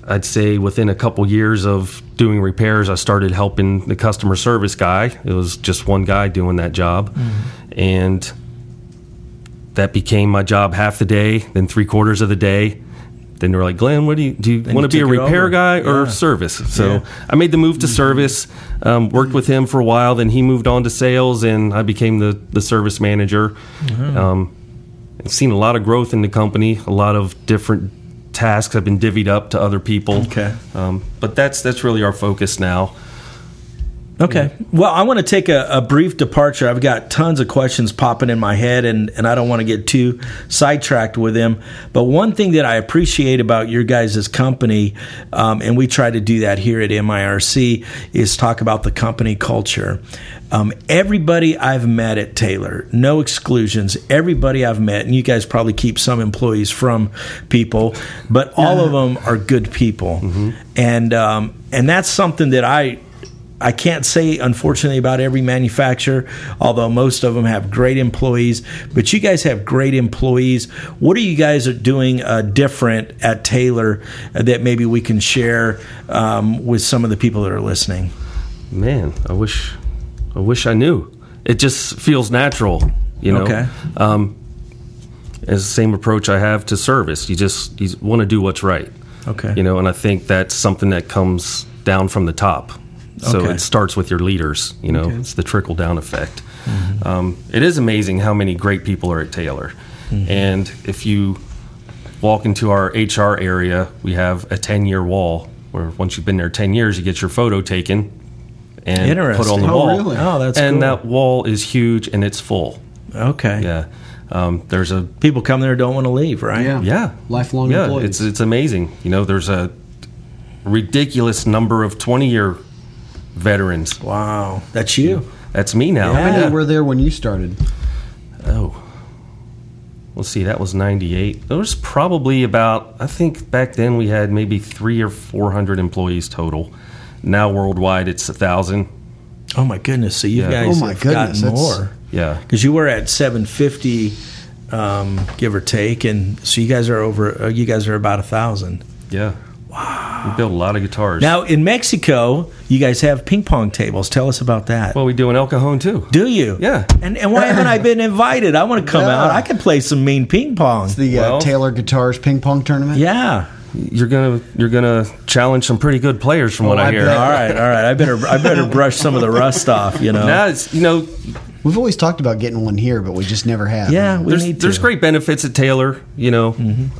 E: I'd say within a couple years of doing repairs, I started helping the customer service guy. It was just one guy doing that job.
D: Mm-hmm.
E: And that became my job half the day, then three quarters of the day. Then they were like, Glenn, what do you do? You want to
D: you
E: be
D: took
E: a
D: it
E: repair
D: over.
E: guy or
D: Yeah.
E: service? So
D: Yeah.
E: I made the move to service, um, worked with him for a while. Then he moved on to sales, and I became the, the service manager.
D: Mm-hmm.
E: Um, I've seen a lot of growth in the company, a lot of different tasks have been divvied up to other people.
D: Okay.
E: Um, but that's that's really our focus now.
D: Okay. Well, I want to take a, a brief departure. I've got tons of questions popping in my head, and, and I don't want to get too sidetracked with them. But one thing that I appreciate about your guys' company, um, and we try to do that here at MIRC, is talk about the company culture. Um, everybody I've met at Taylor, no exclusions, everybody I've met, and you guys probably keep some employees from people, but all of them are good people. And, um, and that's something that I I can't say, unfortunately, about every manufacturer, although most of them have great employees. But you guys have great employees. What are you guys are doing uh, different at Taylor uh, that maybe we can share um, with some of the people that are listening?
E: Man, I wish I wish I knew. It just feels natural, you know.
D: Okay.
E: Um, it's the same approach I have to service. You just you want to do what's right.
D: Okay.
E: You know, and I think that's something that comes down from the top. So
D: Okay.
E: it starts with your leaders. You know, it's the trickle down effect.
D: Mm-hmm.
E: Um, it is amazing how many great people are at Taylor,
D: Mm-hmm.
E: and if you walk into our HR area, we have a 10 year wall where once you've been there 10 years, you get your photo taken and put on
D: Interesting.
E: the
D: Oh,
E: wall.
F: really?
D: Oh, that's
E: And
D: cool.
E: that wall is huge and it's full.
D: Okay.
E: Yeah. Um, there's a
D: People come there don't want to leave, right?
F: Yeah.
E: yeah
F: Lifelong
E: yeah,
F: employees.
E: It's it's amazing. You know, there's a ridiculous number of 20 year veterans.
D: Wow. That's you.
E: That's me now.
F: I
D: Yeah.
F: know we're there when you started.
E: Oh. Let's see, that was 98. There was probably about, I think back then we had maybe three or 400 employees total. Now worldwide it's a 1,000.
D: Oh, my goodness. So you
E: Yeah.
D: guys
F: Oh, my
D: have
F: goodness,
D: gotten
F: that's-
D: more.
E: Yeah.
D: Because you were at 750, um, give or take. And so you guys are over, uh, you guys are about a 1,000.
E: Yeah. Wow. We build a lot of guitars.
D: Now in Mexico, you guys have ping pong tables. Tell us about that.
E: well, we do an El Cajon too.
D: do you?
E: Yeah.
D: And and why haven't I been invited? I want to come
F: Yeah.
D: out. I can play some mean ping pong.
F: The uh,
E: Well-
F: Taylor Guitars Ping Pong Tournament.
D: yeah.
E: You're gonna you're gonna challenge some pretty good players from what I,
F: I
E: hear.
F: bet.
D: All right. All right. I better I better brush some of the rust off. You
E: [laughs]
D: know.
E: Now it's you know
F: We've always talked about getting one here, but we just never have.
D: yeah. We
E: there's
D: need to. Mm-hmm.
E: there's great benefits at Taylor. You know,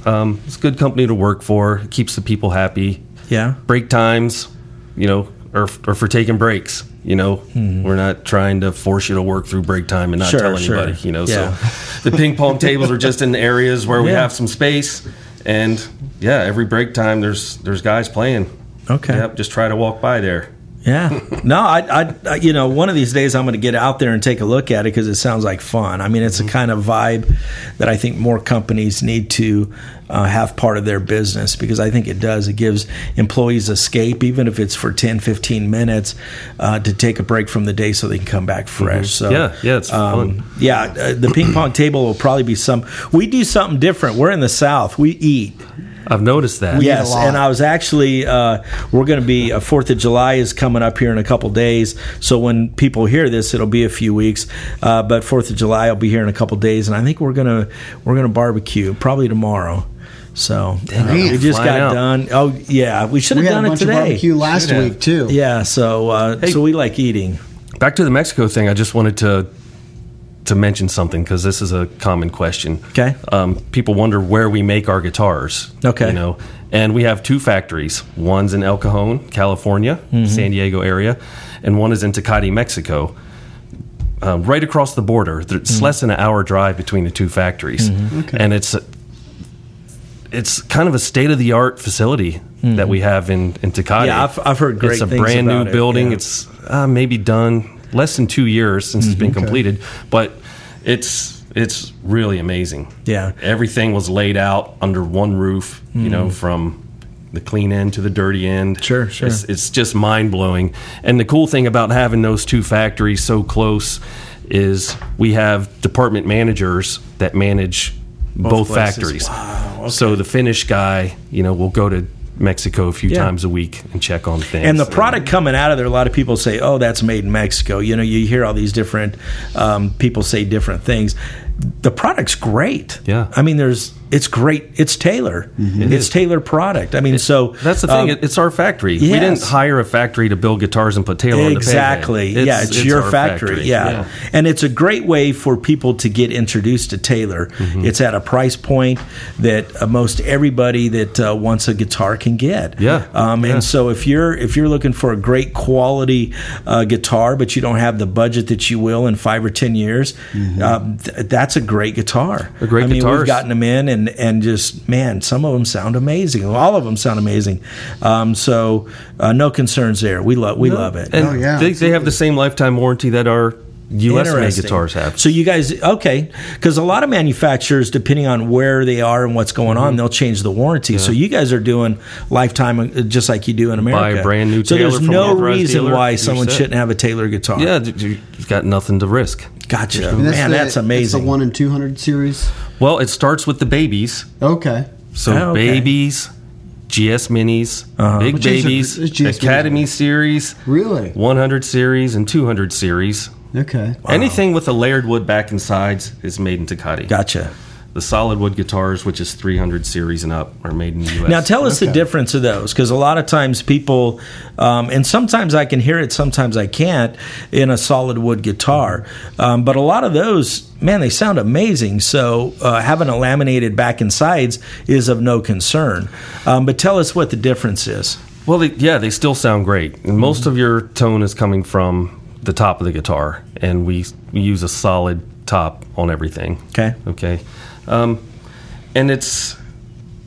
E: um, it's a good company to work for. It keeps the people happy.
D: Yeah.
E: Break times, you know, or or for taking breaks. You know, we're not trying to force you to work through break time and not
D: Mm-hmm. Sure,
E: tell
D: sure.
E: anybody. You know,
D: Yeah.
E: so the ping
D: [laughs]
E: pong tables are just in the areas where we
D: Yeah.
E: have some space, and yeah, every break time there's there's guys playing.
D: Okay.
G: Yep, just try to walk by there.
D: Yeah. [laughs] No, I, I, I, you know, one of these days I'm going to get out there and take a look at it because it sounds like fun. I mean, it's
E: Mm-hmm.
D: a kind of vibe that I think more companies need to uh, have part of their business because I think it does. It gives employees escape, even if it's for 10, 15 minutes, uh, to take a break from the day so they can come back fresh. So
E: Mm-hmm. Yeah, yeah, it's fun.
D: Yeah, uh, the ping pong table will probably be some. We do something different. We're in the South. We eat.
E: I've noticed that.
D: Yes, and I was actually uh, we're going to be uh, Fourth of July is coming up here in a couple days. So when people hear this, it'll be a few weeks. Uh, but Fourth of July will be here in a couple days, and I think we're gonna we're gonna barbecue probably tomorrow. So uh, we just
E: Flying
D: got
E: out.
D: done. Oh yeah, we should have
F: We had a
D: done it
F: bunch of
D: today.
F: barbecue last
G: Should've.
F: week too.
D: Yeah, so uh, so we like eating.
E: Back to the Mexico thing, I just wanted to to mention something because this is a common question.
D: Okay.
E: Um, people wonder where we make our guitars.
D: Okay.
E: You know, and we have two factories. One's in El Cajon, California,
D: Mm-hmm.
E: San Diego area, and one is in Tecate, Mexico. Um, right across the border. There- It's
D: Mm-hmm.
E: less than an hour drive between the two factories, and it's it's kind of a state of the art facility that we have in in Tecate.
D: Mm-hmm. Yeah, I've- I've heard great
E: It's a
D: things
E: brand
D: about
E: new
D: it,
E: building.
D: yeah.
E: It's uh, maybe done less than two years since it's been
D: Mm-hmm.
E: completed, but it's it's really amazing.
D: Yeah.
E: everything was laid out under one roof. You know, from the clean end to the dirty end.
D: Mm. Sure, sure.
E: It's, it's just mind blowing. And the cool thing about having those two factories so close is we have department managers that manage both,
D: places.
E: factories. So the Finnish guy, you know, will go to Mexico a few
D: Yeah.
E: times a week and check on things.
D: And the product coming out of there, a lot of people say, "Oh, that's made in Mexico." You know, you hear all these different um, people say different things. The product's great.
E: Yeah. Mm-hmm.
D: I mean, there's it's great. It's Taylor. it's Taylor product. I mean, so
E: That's the
D: um,
E: thing. it it's our factory. We
D: yes.
E: didn't hire a factory to build guitars and put Taylor
D: exactly.
E: on the pavement.
D: yeah, it's, your
E: our
D: factory. Yeah.
E: yeah.
F: Oh,
D: and it's a great way for people to get introduced to Taylor. It's at a price point that uh, most everybody that uh, wants a guitar can get.
E: Yeah.
D: Um,
E: Yeah.
D: And so if you're if you're looking for a great quality uh, guitar, but you don't have the budget that you will in five or ten years, um, th- that's a great guitar.
E: They're great
D: I mean, we've
E: guitars.
D: gotten them in, and and just man, some of them sound amazing. All of them sound amazing. Um, so uh, no concerns there. We love we love it.
E: And
F: Oh, yeah,
E: they, they have the same lifetime warranty that our US made
D: Interesting.
E: guitars have.
D: So you guys, okay, because a lot of manufacturers, depending on where they are and what's going
E: Mm-hmm.
D: on, they'll change the warranty. So you guys are doing lifetime, uh, just like you do in America.
E: brand new
D: So
E: Taylor
D: there's
E: from
D: no
E: authorized
D: reason
E: dealer,
D: why
E: you're
D: someone
E: set.
D: shouldn't have a Taylor guitar.
E: yeah, d- d- you've got nothing to risk.
D: gotcha,
F: And
D: man,
F: the-
D: that's
F: It's
D: amazing.
F: the one in two hundred series.
E: Well, it starts with the babies.
F: Okay.
E: So
D: Oh, okay. Uh-huh.
E: babies, GS minis, big
F: Which is a-
E: babies,
F: is GS
E: Academy series,
F: Really?
E: 100 series, and 200 series.
F: Okay.
E: Anything with a layered wood back and sides is made in Takati.
D: gotcha.
E: The solid wood guitars, which is 300 series and up, are made in the U.S.
D: Now tell us the difference of those, because a lot of times people, um, and sometimes I can hear it, sometimes I can't, in a solid wood guitar. Um, but a lot of those, man, they sound amazing. So uh, having a laminated back and sides is of no concern. Um, but tell us what the difference is.
E: Well, they, yeah, they still sound great.
D: Mm-hmm.
E: And most of your tone is coming from the top of the guitar, and we, we use a solid top on everything.
D: Okay.
E: Okay. Um, and it's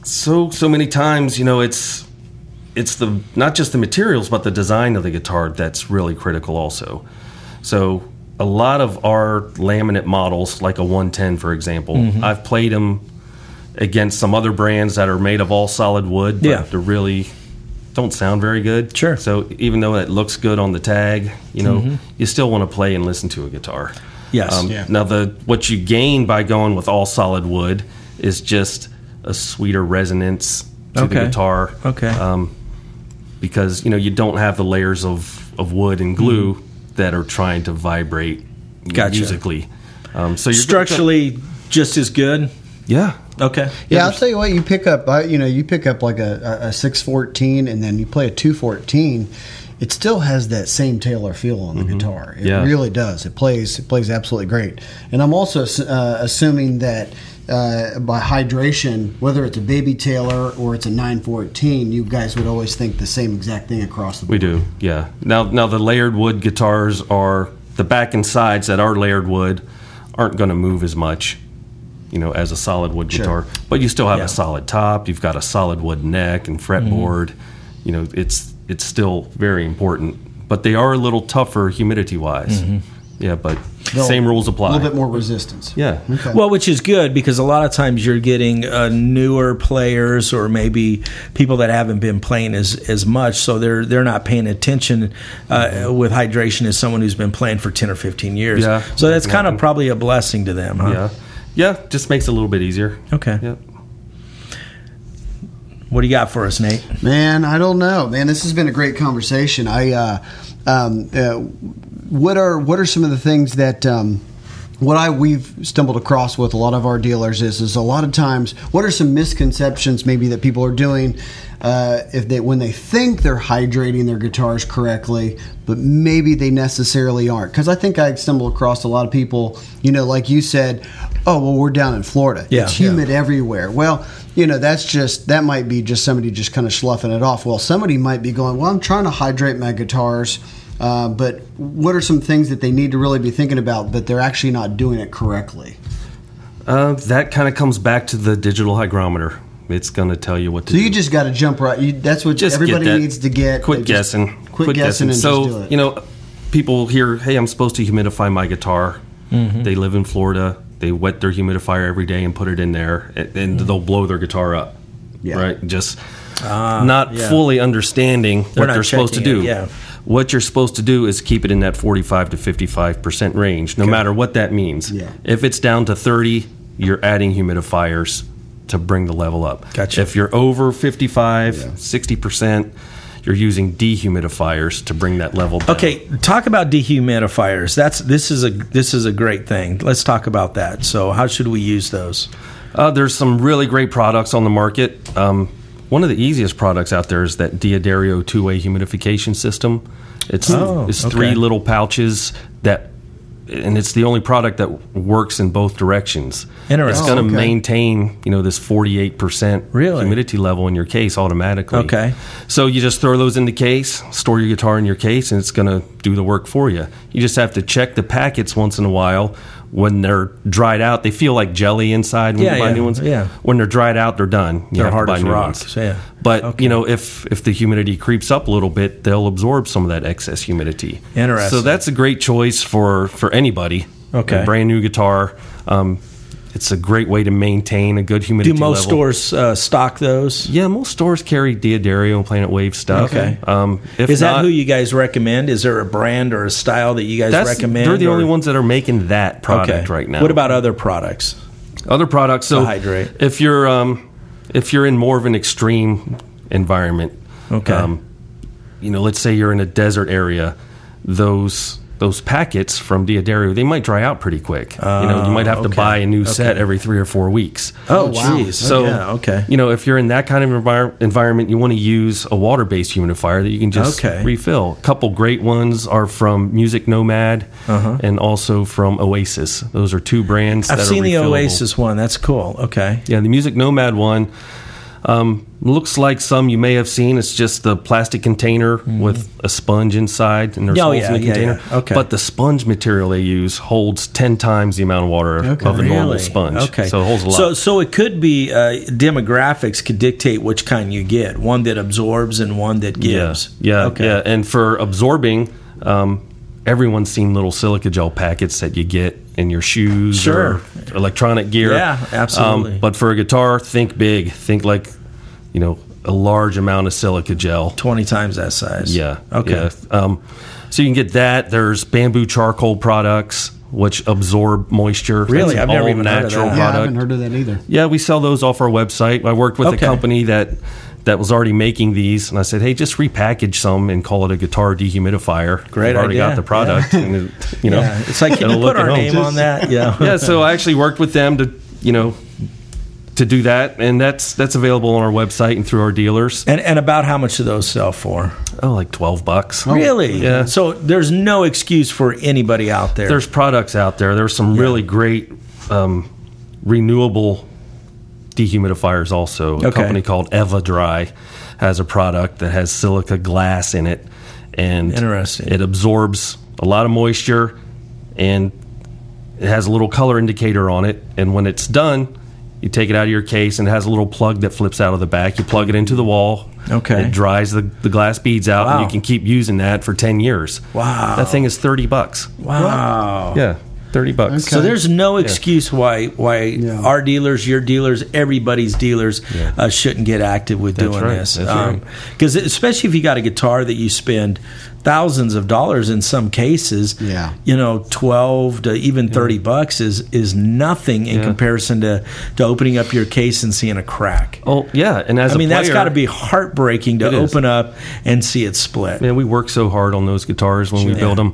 E: so so many times, you know, it's it's the not just the materials but the design of the guitar that's really critical also. So a lot of our laminate models, like a 110, for example,
D: Mm-hmm.
E: I've played them against some other brands that are made of all solid wood, but
D: Yeah.
E: they're really don't sound very good.
D: Sure. Mm-hmm.
E: So even though it looks good on the tag, you know, you still want to play and listen to a guitar.
D: Yes.
E: Um, Now the what you gain by going with all solid wood is just a sweeter resonance to
D: Okay.
E: the guitar.
D: Okay.
E: Um, because you know you don't have the layers of, of wood and glue that are trying to vibrate
D: Mm-hmm. Gotcha.
E: musically. Um, so you're
D: Structurally, just as good.
E: yeah.
D: Okay.
F: Yeah, I'll tell you what. You pick up, uh, you know, you pick up like a, a six fourteen, and then you play a two fourteen. It still has that same Taylor feel on the guitar. It
E: Mm-hmm. Yeah.
F: really does. It plays. It plays absolutely great. And I'm also uh, assuming that uh, by hydration, whether it's a baby Taylor or it's a nine fourteen, you guys would always think the same exact thing across the board.
E: We do, yeah. Now, now the layered wood guitars are the back and sides that are layered wood aren't going to move as much, you know, as a solid wood guitar. But you still have
D: Yeah.
F: Mm-hmm.
E: a solid top. You've got a solid wood neck and fretboard. you know, it's it's still very important. But they are a little tougher humidity wise. Yeah, but same rules apply.
F: Mm-hmm. A little bit more resistance.
E: Yeah.
F: Okay.
D: Well, which is good because a lot of times you're getting uh, newer players or maybe people that haven't been playing as, as much, so they're they're not paying attention uh, with hydration as someone who's been playing for ten or fifteen years.
E: Yeah.
D: So that's kind of probably a blessing to them. Huh?
E: Yeah. Yeah, just makes it a little bit easier.
D: Okay.
E: Yep.
D: What do you got for us, Nate?
F: Man, I don't know. Man, this has been a great conversation. I, uh, um, uh, what are what are some of the things that um, what I we've stumbled across with a lot of our dealers is is a lot of times what are some misconceptions maybe that people are doing uh, if they when they think they're hydrating their guitars correctly, but maybe they necessarily aren't. Because I think I stumble across a lot of people, you know, like you said, oh well, we're down in Florida,
D: Yeah.
F: it's humid everywhere. Well, you know, that's just that might be just somebody just kind of sloughing it off. Well, somebody might be going, well, I'm trying to hydrate my guitars. Uh, but what are some things that they need to really be thinking about, but they're actually not doing it correctly?
E: Uh, that kind of comes back to the digital hygrometer. It's going to tell you what to
F: So
E: do.
F: you just got to jump right. You, that's what
E: Just get
F: everybody
E: that.
F: needs to get.
E: Quit
F: They just
E: guessing.
F: Quit, guessing, and
E: so
F: just do it.
E: you know, people hear, "Hey, I'm supposed to humidify my guitar."
D: Mm-hmm.
E: They live in Florida. They wet their humidifier every day and put it in there, and, and
D: Mm-hmm.
E: they'll blow their guitar up.
F: Yeah.
E: Right? Just not fully understanding what
D: Ah, not
E: they're supposed to
D: checking
E: do.
D: it, yeah.
E: What you're supposed to do is keep it in that 45 to 55 percent range, no matter what that means.
F: Yeah.
E: If it's down to 30, you're adding humidifiers to bring the level up.
D: Gotcha.
E: If you're over 55, 60%, you're using dehumidifiers to bring that level down.
D: Okay, talk about dehumidifiers. That's this is a this is a great thing. Let's talk about that. So, how should we use those?
E: Uh, there's some really great products on the market. Um, one of the easiest products out there is that Diodario two-way humidification system. It's,
D: Oh,
E: it's
D: okay.
E: three little pouches that, and it's the only product that works in both directions.
D: Interesting.
E: It's going to
D: Oh, okay.
E: maintain, you know, this 48%
D: Really?
E: humidity level in your case automatically.
D: Okay.
E: So you just throw those in the case, store your guitar in your case, and it's going to do the work for you. You just have to check the packets once in a while. When they're dried out, they feel like jelly inside when
D: Yeah,
E: you buy
D: yeah,
E: new ones.
D: yeah.
E: When they're dried out, they're done. You
D: They're
E: have to
D: hard
E: buy
D: as
E: new
D: rocks,
E: ones.
D: yeah.
E: But
D: Okay.
E: you know, if if the humidity creeps up a little bit, they'll absorb some of that excess humidity.
D: Interesting.
E: So that's a great choice for for anybody.
D: Okay.
E: A brand new guitar. Um, it's a great way to maintain a good humidity.
D: Do most
E: level.
D: stores uh, stock those?
E: Yeah, most stores carry Diodario and Planet Wave stuff.
D: Okay.
E: Um, if
D: Is that
E: not,
D: who you guys recommend? Is there a brand or a style that you guys
E: that's,
D: recommend?
E: They're the
D: or-
E: only ones that are making that product right now.
D: What about other products?
E: other products? So
D: To hydrate.
E: If you're um, if you're in more of an extreme environment,
D: Okay.
E: Um, you know, let's say you're in a desert area, those those packets from Diodario they might dry out pretty quick. you know, you might have to
D: Oh, okay.
E: buy a new set every three or four weeks.
D: Oh,
F: wow.
D: jeez.
E: So,
D: yeah, okay.
E: You know, if you're in that kind of envir- environment, you want to use a water based humidifier that you can just
D: Okay.
E: refill. A couple great ones are from Music Nomad and also from Oasis. Those are two brands
D: Uh-huh. I've
E: that
D: seen
E: are
D: the
E: refillable.
D: Oasis one. That's cool. Okay.
E: Yeah, the Music Nomad one um, looks like some you may have seen. It's just the plastic container with a sponge inside, and there's
D: Mm-hmm. Oh,
E: holes
D: yeah,
E: in the
D: yeah,
E: container.
D: yeah. Okay.
E: But the sponge material they use holds ten times the amount of water of a normal
D: Really?
E: sponge.
D: Okay.
E: so it holds a lot.
D: So, so it could be uh, demographics could dictate which kind you get. One that absorbs and one that gives.
E: Yeah, yeah,
D: Okay.
E: yeah. And for absorbing, um, everyone's seen little silica gel packets that you get in your shoes
D: Sure.
E: or electronic gear. Um,
D: Yeah, absolutely.
E: but for a guitar, think big. Think like, you know, a large amount of silica gel.
D: Twenty times that size.
E: Yeah.
D: Okay.
E: yeah. Um, so you can get that. There's bamboo charcoal products which absorb moisture.
D: Really?
E: That's
D: I've
E: an
D: never even heard of
E: all-natural
D: that.
F: yeah,
E: product.
F: I haven't heard of that either.
E: Yeah, we sell those off our website. I worked with
D: Okay.
E: a company that that was already making these, and I said, "Hey, just repackage some and call it a guitar dehumidifier."
D: Great
E: We've already
D: idea.
E: got the product, and it, you
D: [laughs]
E: know,
D: Yeah. It's
E: [laughs]
D: like can you
E: it'll
D: put
E: look
D: our
E: at home.
D: name on that? Yeah.
E: [laughs] yeah, so I actually worked with them to you know to do that, and that's that's available on our website and through our dealers.
D: And and about how much do those sell for?
E: Oh, like twelve bucks.
D: Really?
E: Yeah.
D: So there's no excuse for anybody out there.
E: There's products out there. There's some really great um, renewable dehumidifiers also. A
D: Okay.
E: company called Eva Dry has a product that has silica glass in it and
D: Interesting.
E: it absorbs a lot of moisture and it has a little color indicator on it and when it's done you take it out of your case and it has a little plug that flips out of the back. You plug it into the wall,
D: Okay.
E: It dries the, the glass beads out, and
D: Wow.
E: you can keep using that for ten years.
D: Wow.
E: That thing is thirty bucks.
D: Wow.
E: Yeah, thirty bucks.
F: Okay.
D: So there's no excuse why why
F: Yeah.
D: our dealers, your dealers, everybody's dealers uh, shouldn't get active with doing
E: right.
D: this.
E: That's
D: Because especially if you got a guitar that you spend thousands of dollars in some cases,
F: Yeah.
D: you know, twelve to even thirty bucks is is nothing in
E: Yeah.
D: comparison to to opening up your case and seeing a crack.
E: Oh yeah, and as
D: I mean,
E: a player,
D: that's got to be heartbreaking to
E: It is.
D: open up and see it split.
E: Man, we work so hard on those guitars when we
D: Sure.
E: build them.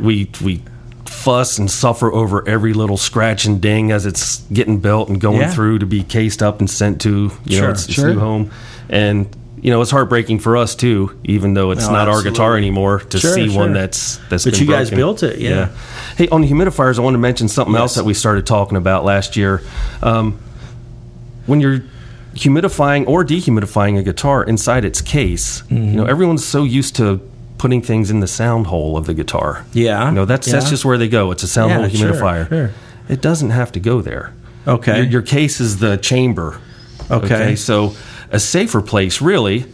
E: We we fuss and suffer over every little scratch and ding as it's getting built and going
D: Yeah.
E: through to be cased up and sent to you
D: Sure,
E: know its, its
F: sure.
E: new home. And you know it's heartbreaking for us too, even though it's
D: No,
E: not
D: absolutely.
E: our guitar anymore to
D: Sure,
E: see
D: sure.
E: one that's that's.
D: But
E: been
D: you guys
E: broken.
D: built it, yeah.
E: Hey, on the humidifiers, I want to mention something else
D: Yes.
E: that we started talking about last year. Um, when you're humidifying or dehumidifying a guitar inside its case,
D: Mm-hmm.
E: you know, everyone's so used to putting things in the sound hole of the guitar.
D: Yeah,
E: You know, that's
D: yeah.
E: that's just where they go. It's a sound
D: Yeah,
E: hole
D: sure,
E: humidifier.
D: sure.
E: It doesn't have to go there.
D: Okay.
E: Your, your case is the chamber.
D: Okay.
E: So a safer place really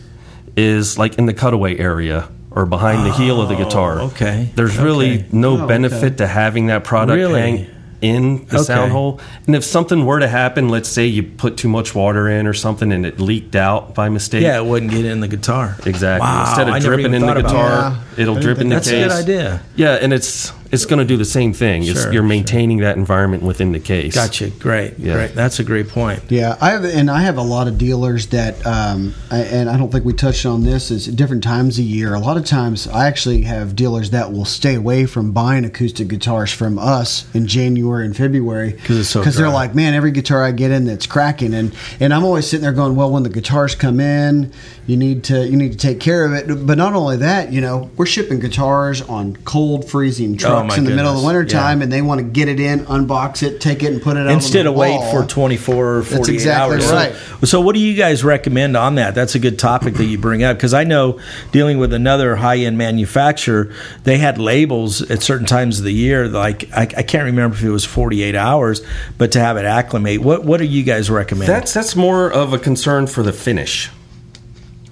E: is like in the cutaway area or behind the heel of the guitar.
D: Oh, okay,
E: There's really
D: Oh, okay.
E: no benefit to having that product
D: Really?
E: hang in the
D: Okay.
E: sound hole. And if something were to happen, let's say you put too much water in or something and it leaked out by mistake.
D: yeah, it wouldn't get in the guitar.
E: Exactly.
D: Wow,
E: Instead
D: I
E: of
D: never even
E: dripping in the
D: thought about
E: guitar,
F: that.
E: it'll
F: I
E: drip
F: didn't
E: in the
D: That's a
E: case.
D: good idea.
E: Yeah, and it's it's going to do the same thing. It's,
D: Sure,
E: you're
D: sure.
E: maintaining that environment within the case.
D: Gotcha. Great.
E: Yeah.
D: Great. That's a great point.
F: Yeah, I have, and I have a lot of dealers that, um, I, and I don't think we touched on this. Is at different times a year. A lot of times, I actually have dealers that will stay away from buying acoustic guitars from us in January and February
D: 'Cause it's so
F: they're
D: dry.
F: like, man, every guitar I get in that's cracking, and and I'm always sitting there going, well, when the guitars come in, you need to you need to take care of it. But not only that, you know, we're shipping guitars on cold, freezing trucks
D: Oh, my
F: in the middle of the
D: goodness,
F: winter time,
D: yeah.
F: and they want to get it in, unbox it, take it, and put it out
D: Instead
F: on
D: of
F: the
D: wait
F: wall.
D: for 24 or 48
F: exactly
D: hours. So-
F: right.
D: So, what do you guys recommend on that? That's a good topic that you bring up because I know dealing with another high end manufacturer, they had labels at certain times of the year. Like, I, I can't remember if it was 48 hours, but to have it acclimate. What What do you guys recommend?
E: That's that's more of a concern for the finish.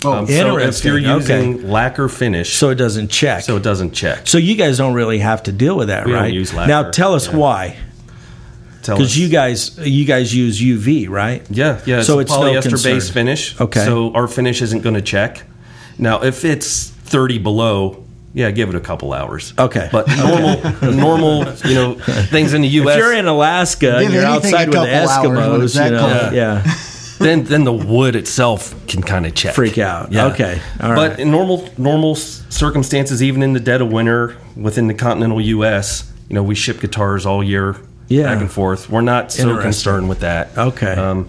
E: Um,
F: Oh,
E: So if
D: interesting.
E: you're
D: Okay.
E: using lacquer finish,
D: so it doesn't check.
E: so it doesn't check.
D: So you guys don't really have to deal with that,
E: We don't
D: right?
E: use lacquer.
D: now tell us
E: Yeah.
D: why,
E: Tell us.
D: because you guys you guys use UV, right?
E: Yeah, yeah.
D: So
E: a
D: it's no
E: polyester
D: concern.
E: based finish.
D: Okay.
E: So our finish isn't going to check. Now, if it's thirty below, yeah, give it a couple hours.
D: Okay.
E: But normal, normal,
D: [laughs]
E: you know, things in the
D: If
E: U.S.
D: you're in Alaska and
F: Give
D: you're
F: anything a
D: outside with the
F: couple hours when
D: Eskimos,
F: it's that
D: you know,
F: cold.
D: yeah.
E: then then the wood itself can kind of check.
D: Freak out. Okay. All
E: but
D: right.
E: in normal normal s- circumstances, even in the dead of winter within the continental U.S., you know, we ship guitars all year.
D: Yeah.
E: Back and forth. We're not so
D: Interesting.
E: concerned with that.
D: Okay.
E: Um,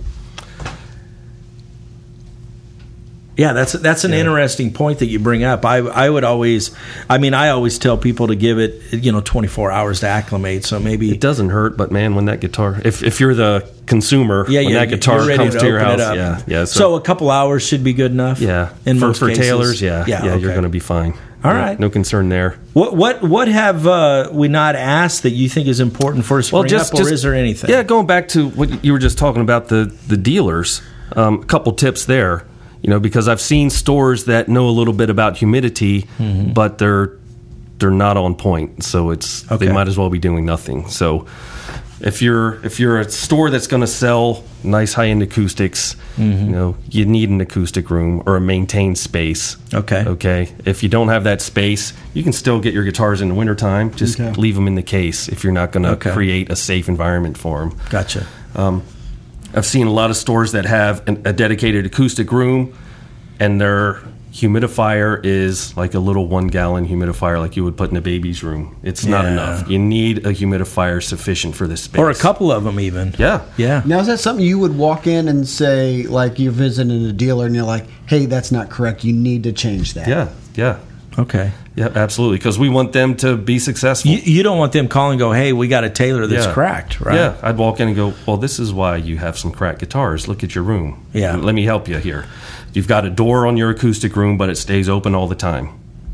D: Yeah, that's that's an interesting point that you bring up. I I would always, I mean, I always tell people to give it you know 24 hours to acclimate. So maybe
E: It doesn't hurt, but man, when that guitar, if, if you're the consumer,
D: yeah,
E: when
D: yeah,
E: that
D: you're
E: guitar
D: ready
E: comes to, your
D: open
E: house,
D: it up.
E: yeah, yeah.
D: So, a couple hours should be good enough.
E: yeah,
D: in
E: for,
D: most
E: for
D: cases.
E: tailors, yeah, yeah, you're
D: okay.
E: going to be fine.
D: All
E: No-
D: right.
E: no concern there.
D: What what what have uh, we not asked that you think is important for us to bring up, or is there anything?
E: Yeah, going back to what you were just talking about the the dealers, um, a couple tips there. You know, because I've seen stores that know a little bit about humidity,
D: Mm-hmm.
E: but they're they're not on point, so it's
D: Okay.
E: they might as well be doing nothing. So if you're if you're a store that's going to sell nice high end acoustics,
D: Mm-hmm.
E: you know, you need an acoustic room or a maintained space.
D: Okay.
E: Okay. If you don't have that space, you can still get your guitars in the wintertime. Just
F: Okay.
E: leave them in the case if you're not going to
D: Okay.
E: create a safe environment for them.
D: gotcha.
E: I've seen a lot of stores that have an, a dedicated acoustic room, and their humidifier is like a little one gallon humidifier, like you would put in a baby's room. It's not
D: Yeah.
E: enough. You need a humidifier sufficient for this space.
D: Or a couple of them even.
E: Yeah.
D: yeah.
F: Now, is that something you would walk in and say, like, you're visiting a dealer and you're like, hey, that's not correct. You need to change that?
E: Yeah. Yeah.
D: Okay.
E: Yeah. Absolutely. Because we want them to be successful.
D: You, you don't want them calling, and go, hey, we got a tailor that's
E: Yeah.
D: cracked, right?
E: Yeah, I'd walk in and go, "Well, this is why you have some cracked guitars. Look at your room.
D: Yeah.
E: let me help you here. You've got a door on your acoustic room, but it stays open all the time.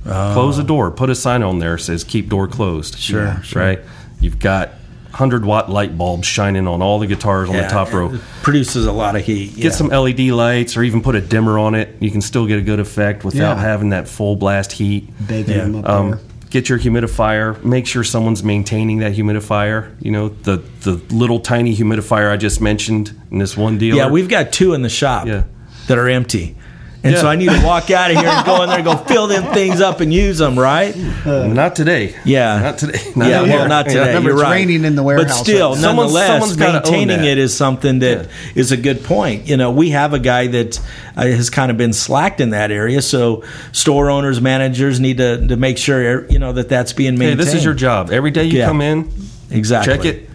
D: Oh.
E: Close the door. Put a sign on there that says keep door closed. Sure, right. You've got 100 watt light bulbs shining on all the guitars on the
D: Yeah,
E: top row.
D: it Produces a lot of heat. yeah.
E: Get some LED lights or even put a dimmer on it. You can still get a good effect without
F: Yeah.
E: having that full blast heat.
F: Baking
D: Yeah,
F: them up
E: Um,
F: there.
E: get your humidifier. Make sure someone's maintaining that humidifier. You know the the little tiny humidifier I just mentioned in this one deal.
D: Yeah, we've got two in the shop
E: Yeah.
D: that are empty. And so
E: Yeah.
D: I need to walk out of here and go in there and go fill them things up and use them, right?
E: not today.
D: uh, Yeah.
E: not today. [laughs]
D: yeah,
E: anymore.
D: well, not
E: Yeah,
D: today.
F: remember
D: You're
F: it's
D: right.
F: raining in the warehouse
D: But still,
F: right
E: now. Someone's-
D: nonetheless,
E: someone's gotta own
D: maintaining
E: that.
D: it is something that is
E: Yeah.
D: a good point. You know, we have a guy that uh, has kind of been slacked in that area. So store owners, managers need to, to make sure, er, you know, that that's being
E: Hey,
D: maintained.
E: this is your job. Every day you
D: Yeah.
E: come in,
D: Exactly.
E: check it,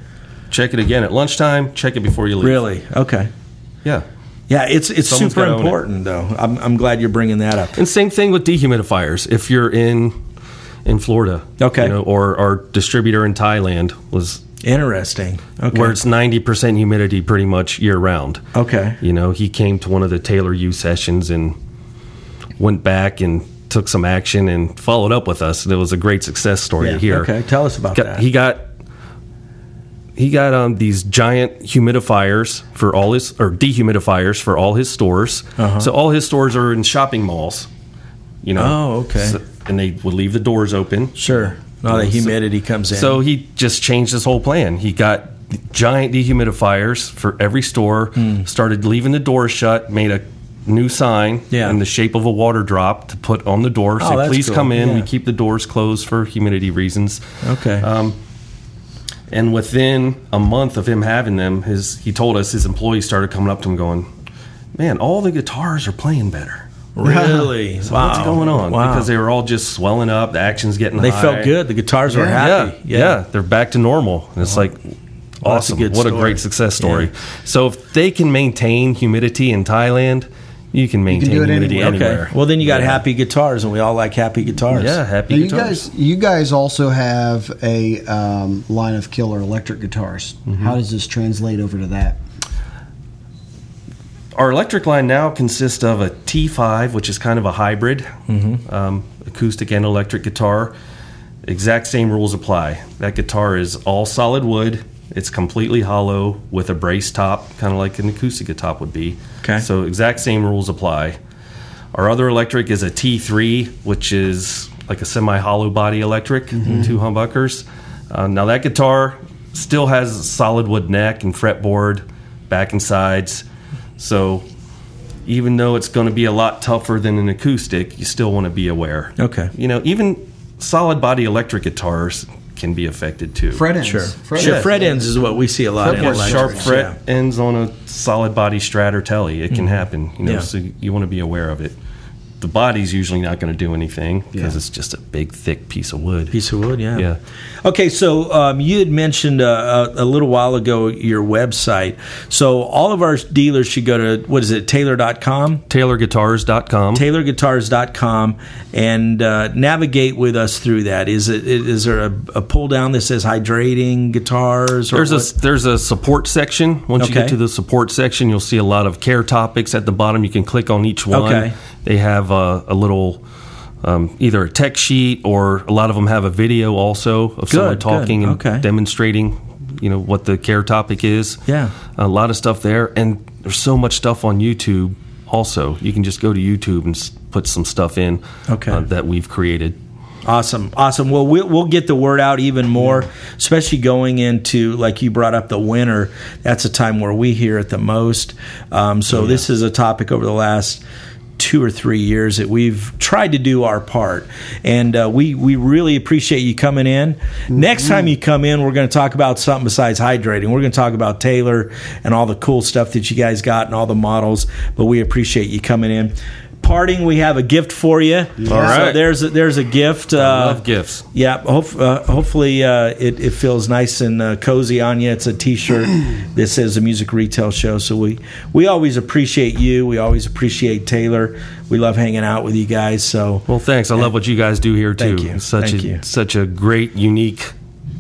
E: check it again at lunchtime. Check it before you leave.
D: Really? Okay.
E: Yeah.
D: Yeah, it's it's
E: Someone's
D: super
E: gotta own it.
D: important though. I'm, I'm glad you're bringing that up.
E: And same thing with dehumidifiers. If you're in in Florida,
D: Okay.
E: you know, or our distributor in Thailand was
D: Interesting. Okay.
E: where it's ninety percent humidity pretty much year round.
D: okay.
E: You know, he came to one of the Taylor U sessions and went back and took some action and followed up with us. And it was a great success story
D: Yeah,
E: here.
D: okay. Tell us about
E: Got-
D: that.
E: He got he got um, these giant humidifiers for all his or dehumidifiers for all his stores.
D: Uh-huh.
E: So all his stores are in shopping malls. You know.
D: Oh, okay.
E: So- and they would leave the doors open.
D: Sure. Now the humidity comes in.
E: So he just changed his whole plan. He got giant dehumidifiers for every store,
D: Hmm.
E: started leaving the door shut, made a new sign
D: Yeah.
E: in the shape of a water drop to put on the door.
D: Oh,
E: Say,
D: that's
E: please
D: cool.
E: come in. We
D: Yeah.
E: keep the doors closed for humidity reasons.
D: okay.
E: Um, and within a month of him having them, his he told us his employees started coming up to him going, "Man, all the guitars are playing better.
D: really?
E: [laughs] So What's going on? Because they were all just swelling up. The action's getting.
D: They
E: high.
D: felt good. The guitars were
E: Yeah,
D: happy.
E: yeah, they're back to normal. And it's like
D: that's a
E: awesome.
D: good
E: what a
D: story.
E: great success story.
D: Yeah.
E: So if they can maintain humidity in Thailand, you can maintain
F: do it
E: humidity
F: anywhere.
E: anywhere.
D: Okay. Well, then you got
E: Yeah.
D: happy guitars, and we all like happy guitars.
E: Yeah, happy
F: Now, you
E: guitars.
F: guys, you guys also have a um, line of killer electric guitars.
E: Mm-hmm.
F: How does this translate over to that?
E: Our electric line now consists of a T5, which is kind of a hybrid um, acoustic and electric guitar. Exact same rules apply. That guitar is all solid wood. It's completely hollow with a brace top, kind of like an acoustic guitar would be.
D: Okay.
E: So exact same rules apply. Our other electric is a T3, which is like a semi hollow body electric, two humbuckers. Uh, now, that guitar still has a solid wood neck and fretboard, back and sides. So, even though it's going to be a lot tougher than an acoustic, you still want to be aware.
D: Okay.
E: You know, even solid body electric guitars can be affected too.
F: Fred ends.
D: Sure.
F: Fred
D: sure.
F: ends.
D: Fret ends is what we see a lot. in
E: Yeah,
F: Fretboard
D: electrics,
E: sharp fret
D: yeah. Mm-hmm.
E: ends on a solid body strat or telly. It can happen, you know.
D: Yeah.
E: So you want to be aware of it. The body's usually not going to do anything because
F: Yeah.
E: it's just a big, thick piece of wood.
D: Piece of wood, yeah.
E: Yeah.
D: Okay, so um, you had mentioned uh, a, a little while ago your website. So all of our dealers should go to, what is it, taylor.com?
E: TaylorGuitars.com.
D: taylorguitars.com and uh, navigate with us through that. Is it is there a, a pull down that says hydrating guitars? Or
E: there's
D: what?
E: a there's a support section. Once you
D: Okay.
E: get to the support section, you'll see a lot of care topics at the bottom. You can click on each one.
D: Okay.
E: They have a, a little. Um, either a tech sheet or a lot of them have a video also of someone
D: Good, good.
E: talking and
D: Okay.
E: demonstrating, you know, what the care topic is.
D: Yeah.
E: a lot of stuff there, and there's so much stuff on YouTube. Also, you can just go to YouTube and s- put some stuff in
D: Okay.
E: uh, that we've created.
D: Awesome, awesome. Well, we'll we'll get the word out even more, especially going into like you brought up the winter. That's a time where we hear it the most. Um, so this is a topic over the last two or three years that we've tried to do our part, and uh, we we really appreciate you coming in. Next time you come in, we're going to talk about something besides hydrating. We're going to talk about Taylor and all the cool stuff that you guys got and all the models. But we appreciate you coming in. Parting, we have a gift for you. All
E: right.
D: there's a, there's a gift. Uh,
E: love gifts.
D: Yeah, hope, uh, hopefully uh, it, it feels nice and uh, cozy on you. It's a T-shirt that says "The Music Retail Show." So we we always appreciate you. We always appreciate Taylor. We love hanging out with you guys. So
E: Well, thanks. I love what you guys do here too.
D: Thank you.
E: Such
D: Thank
E: a
D: you.
E: such a great, unique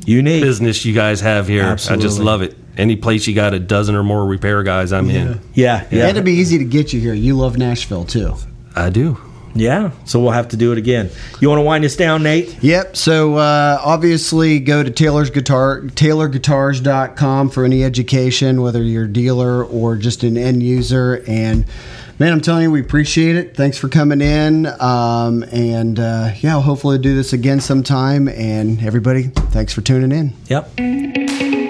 D: unique.
E: business you guys have here. I just
D: Absolutely.
E: love it. Any place you got a dozen or more repair guys, I'm in.
D: Yeah, yeah.
F: It'd be easy to get you here. You love Nashville too.
E: I do.
D: Yeah, so we'll have to do it again. You want to wind us down, Nate?
F: Yep. So uh, obviously, go to Taylor's Guitar, TaylorGuitars.com for any education, whether you're a dealer or just an end user. And man, I'm telling you, we appreciate it. Thanks for coming in. Um, and uh, yeah, I'll hopefully do this again sometime. And everybody, thanks for tuning in.
D: Yep.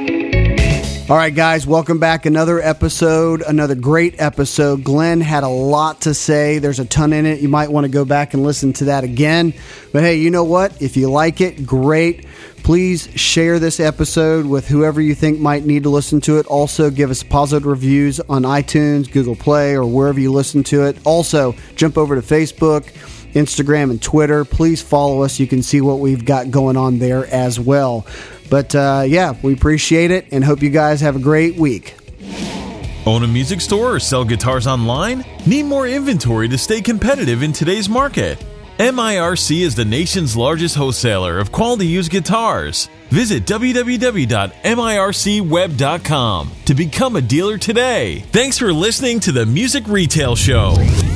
C: All right, guys, welcome back. Another episode, another great episode. Glenn had a lot to say. There's a ton in it. You might want to go back and listen to that again. But hey, you know what? If you like it, great. Please share this episode with whoever you think might need to listen to it. Also, give us positive reviews on iTunes, Google Play, or wherever you listen to it. Also, jump over to Facebook. Instagram and Twitter. Please follow us. You can see what we've got going on there as well. But uh, yeah, we appreciate it and hope you guys have a great week.
A: Own a music store or sell guitars online? Need more inventory to stay competitive in today's market? MIRC is the nation's largest wholesaler of quality used guitars. Visit www.mircweb.com to become a dealer today. Thanks for listening to the Music Retail Show.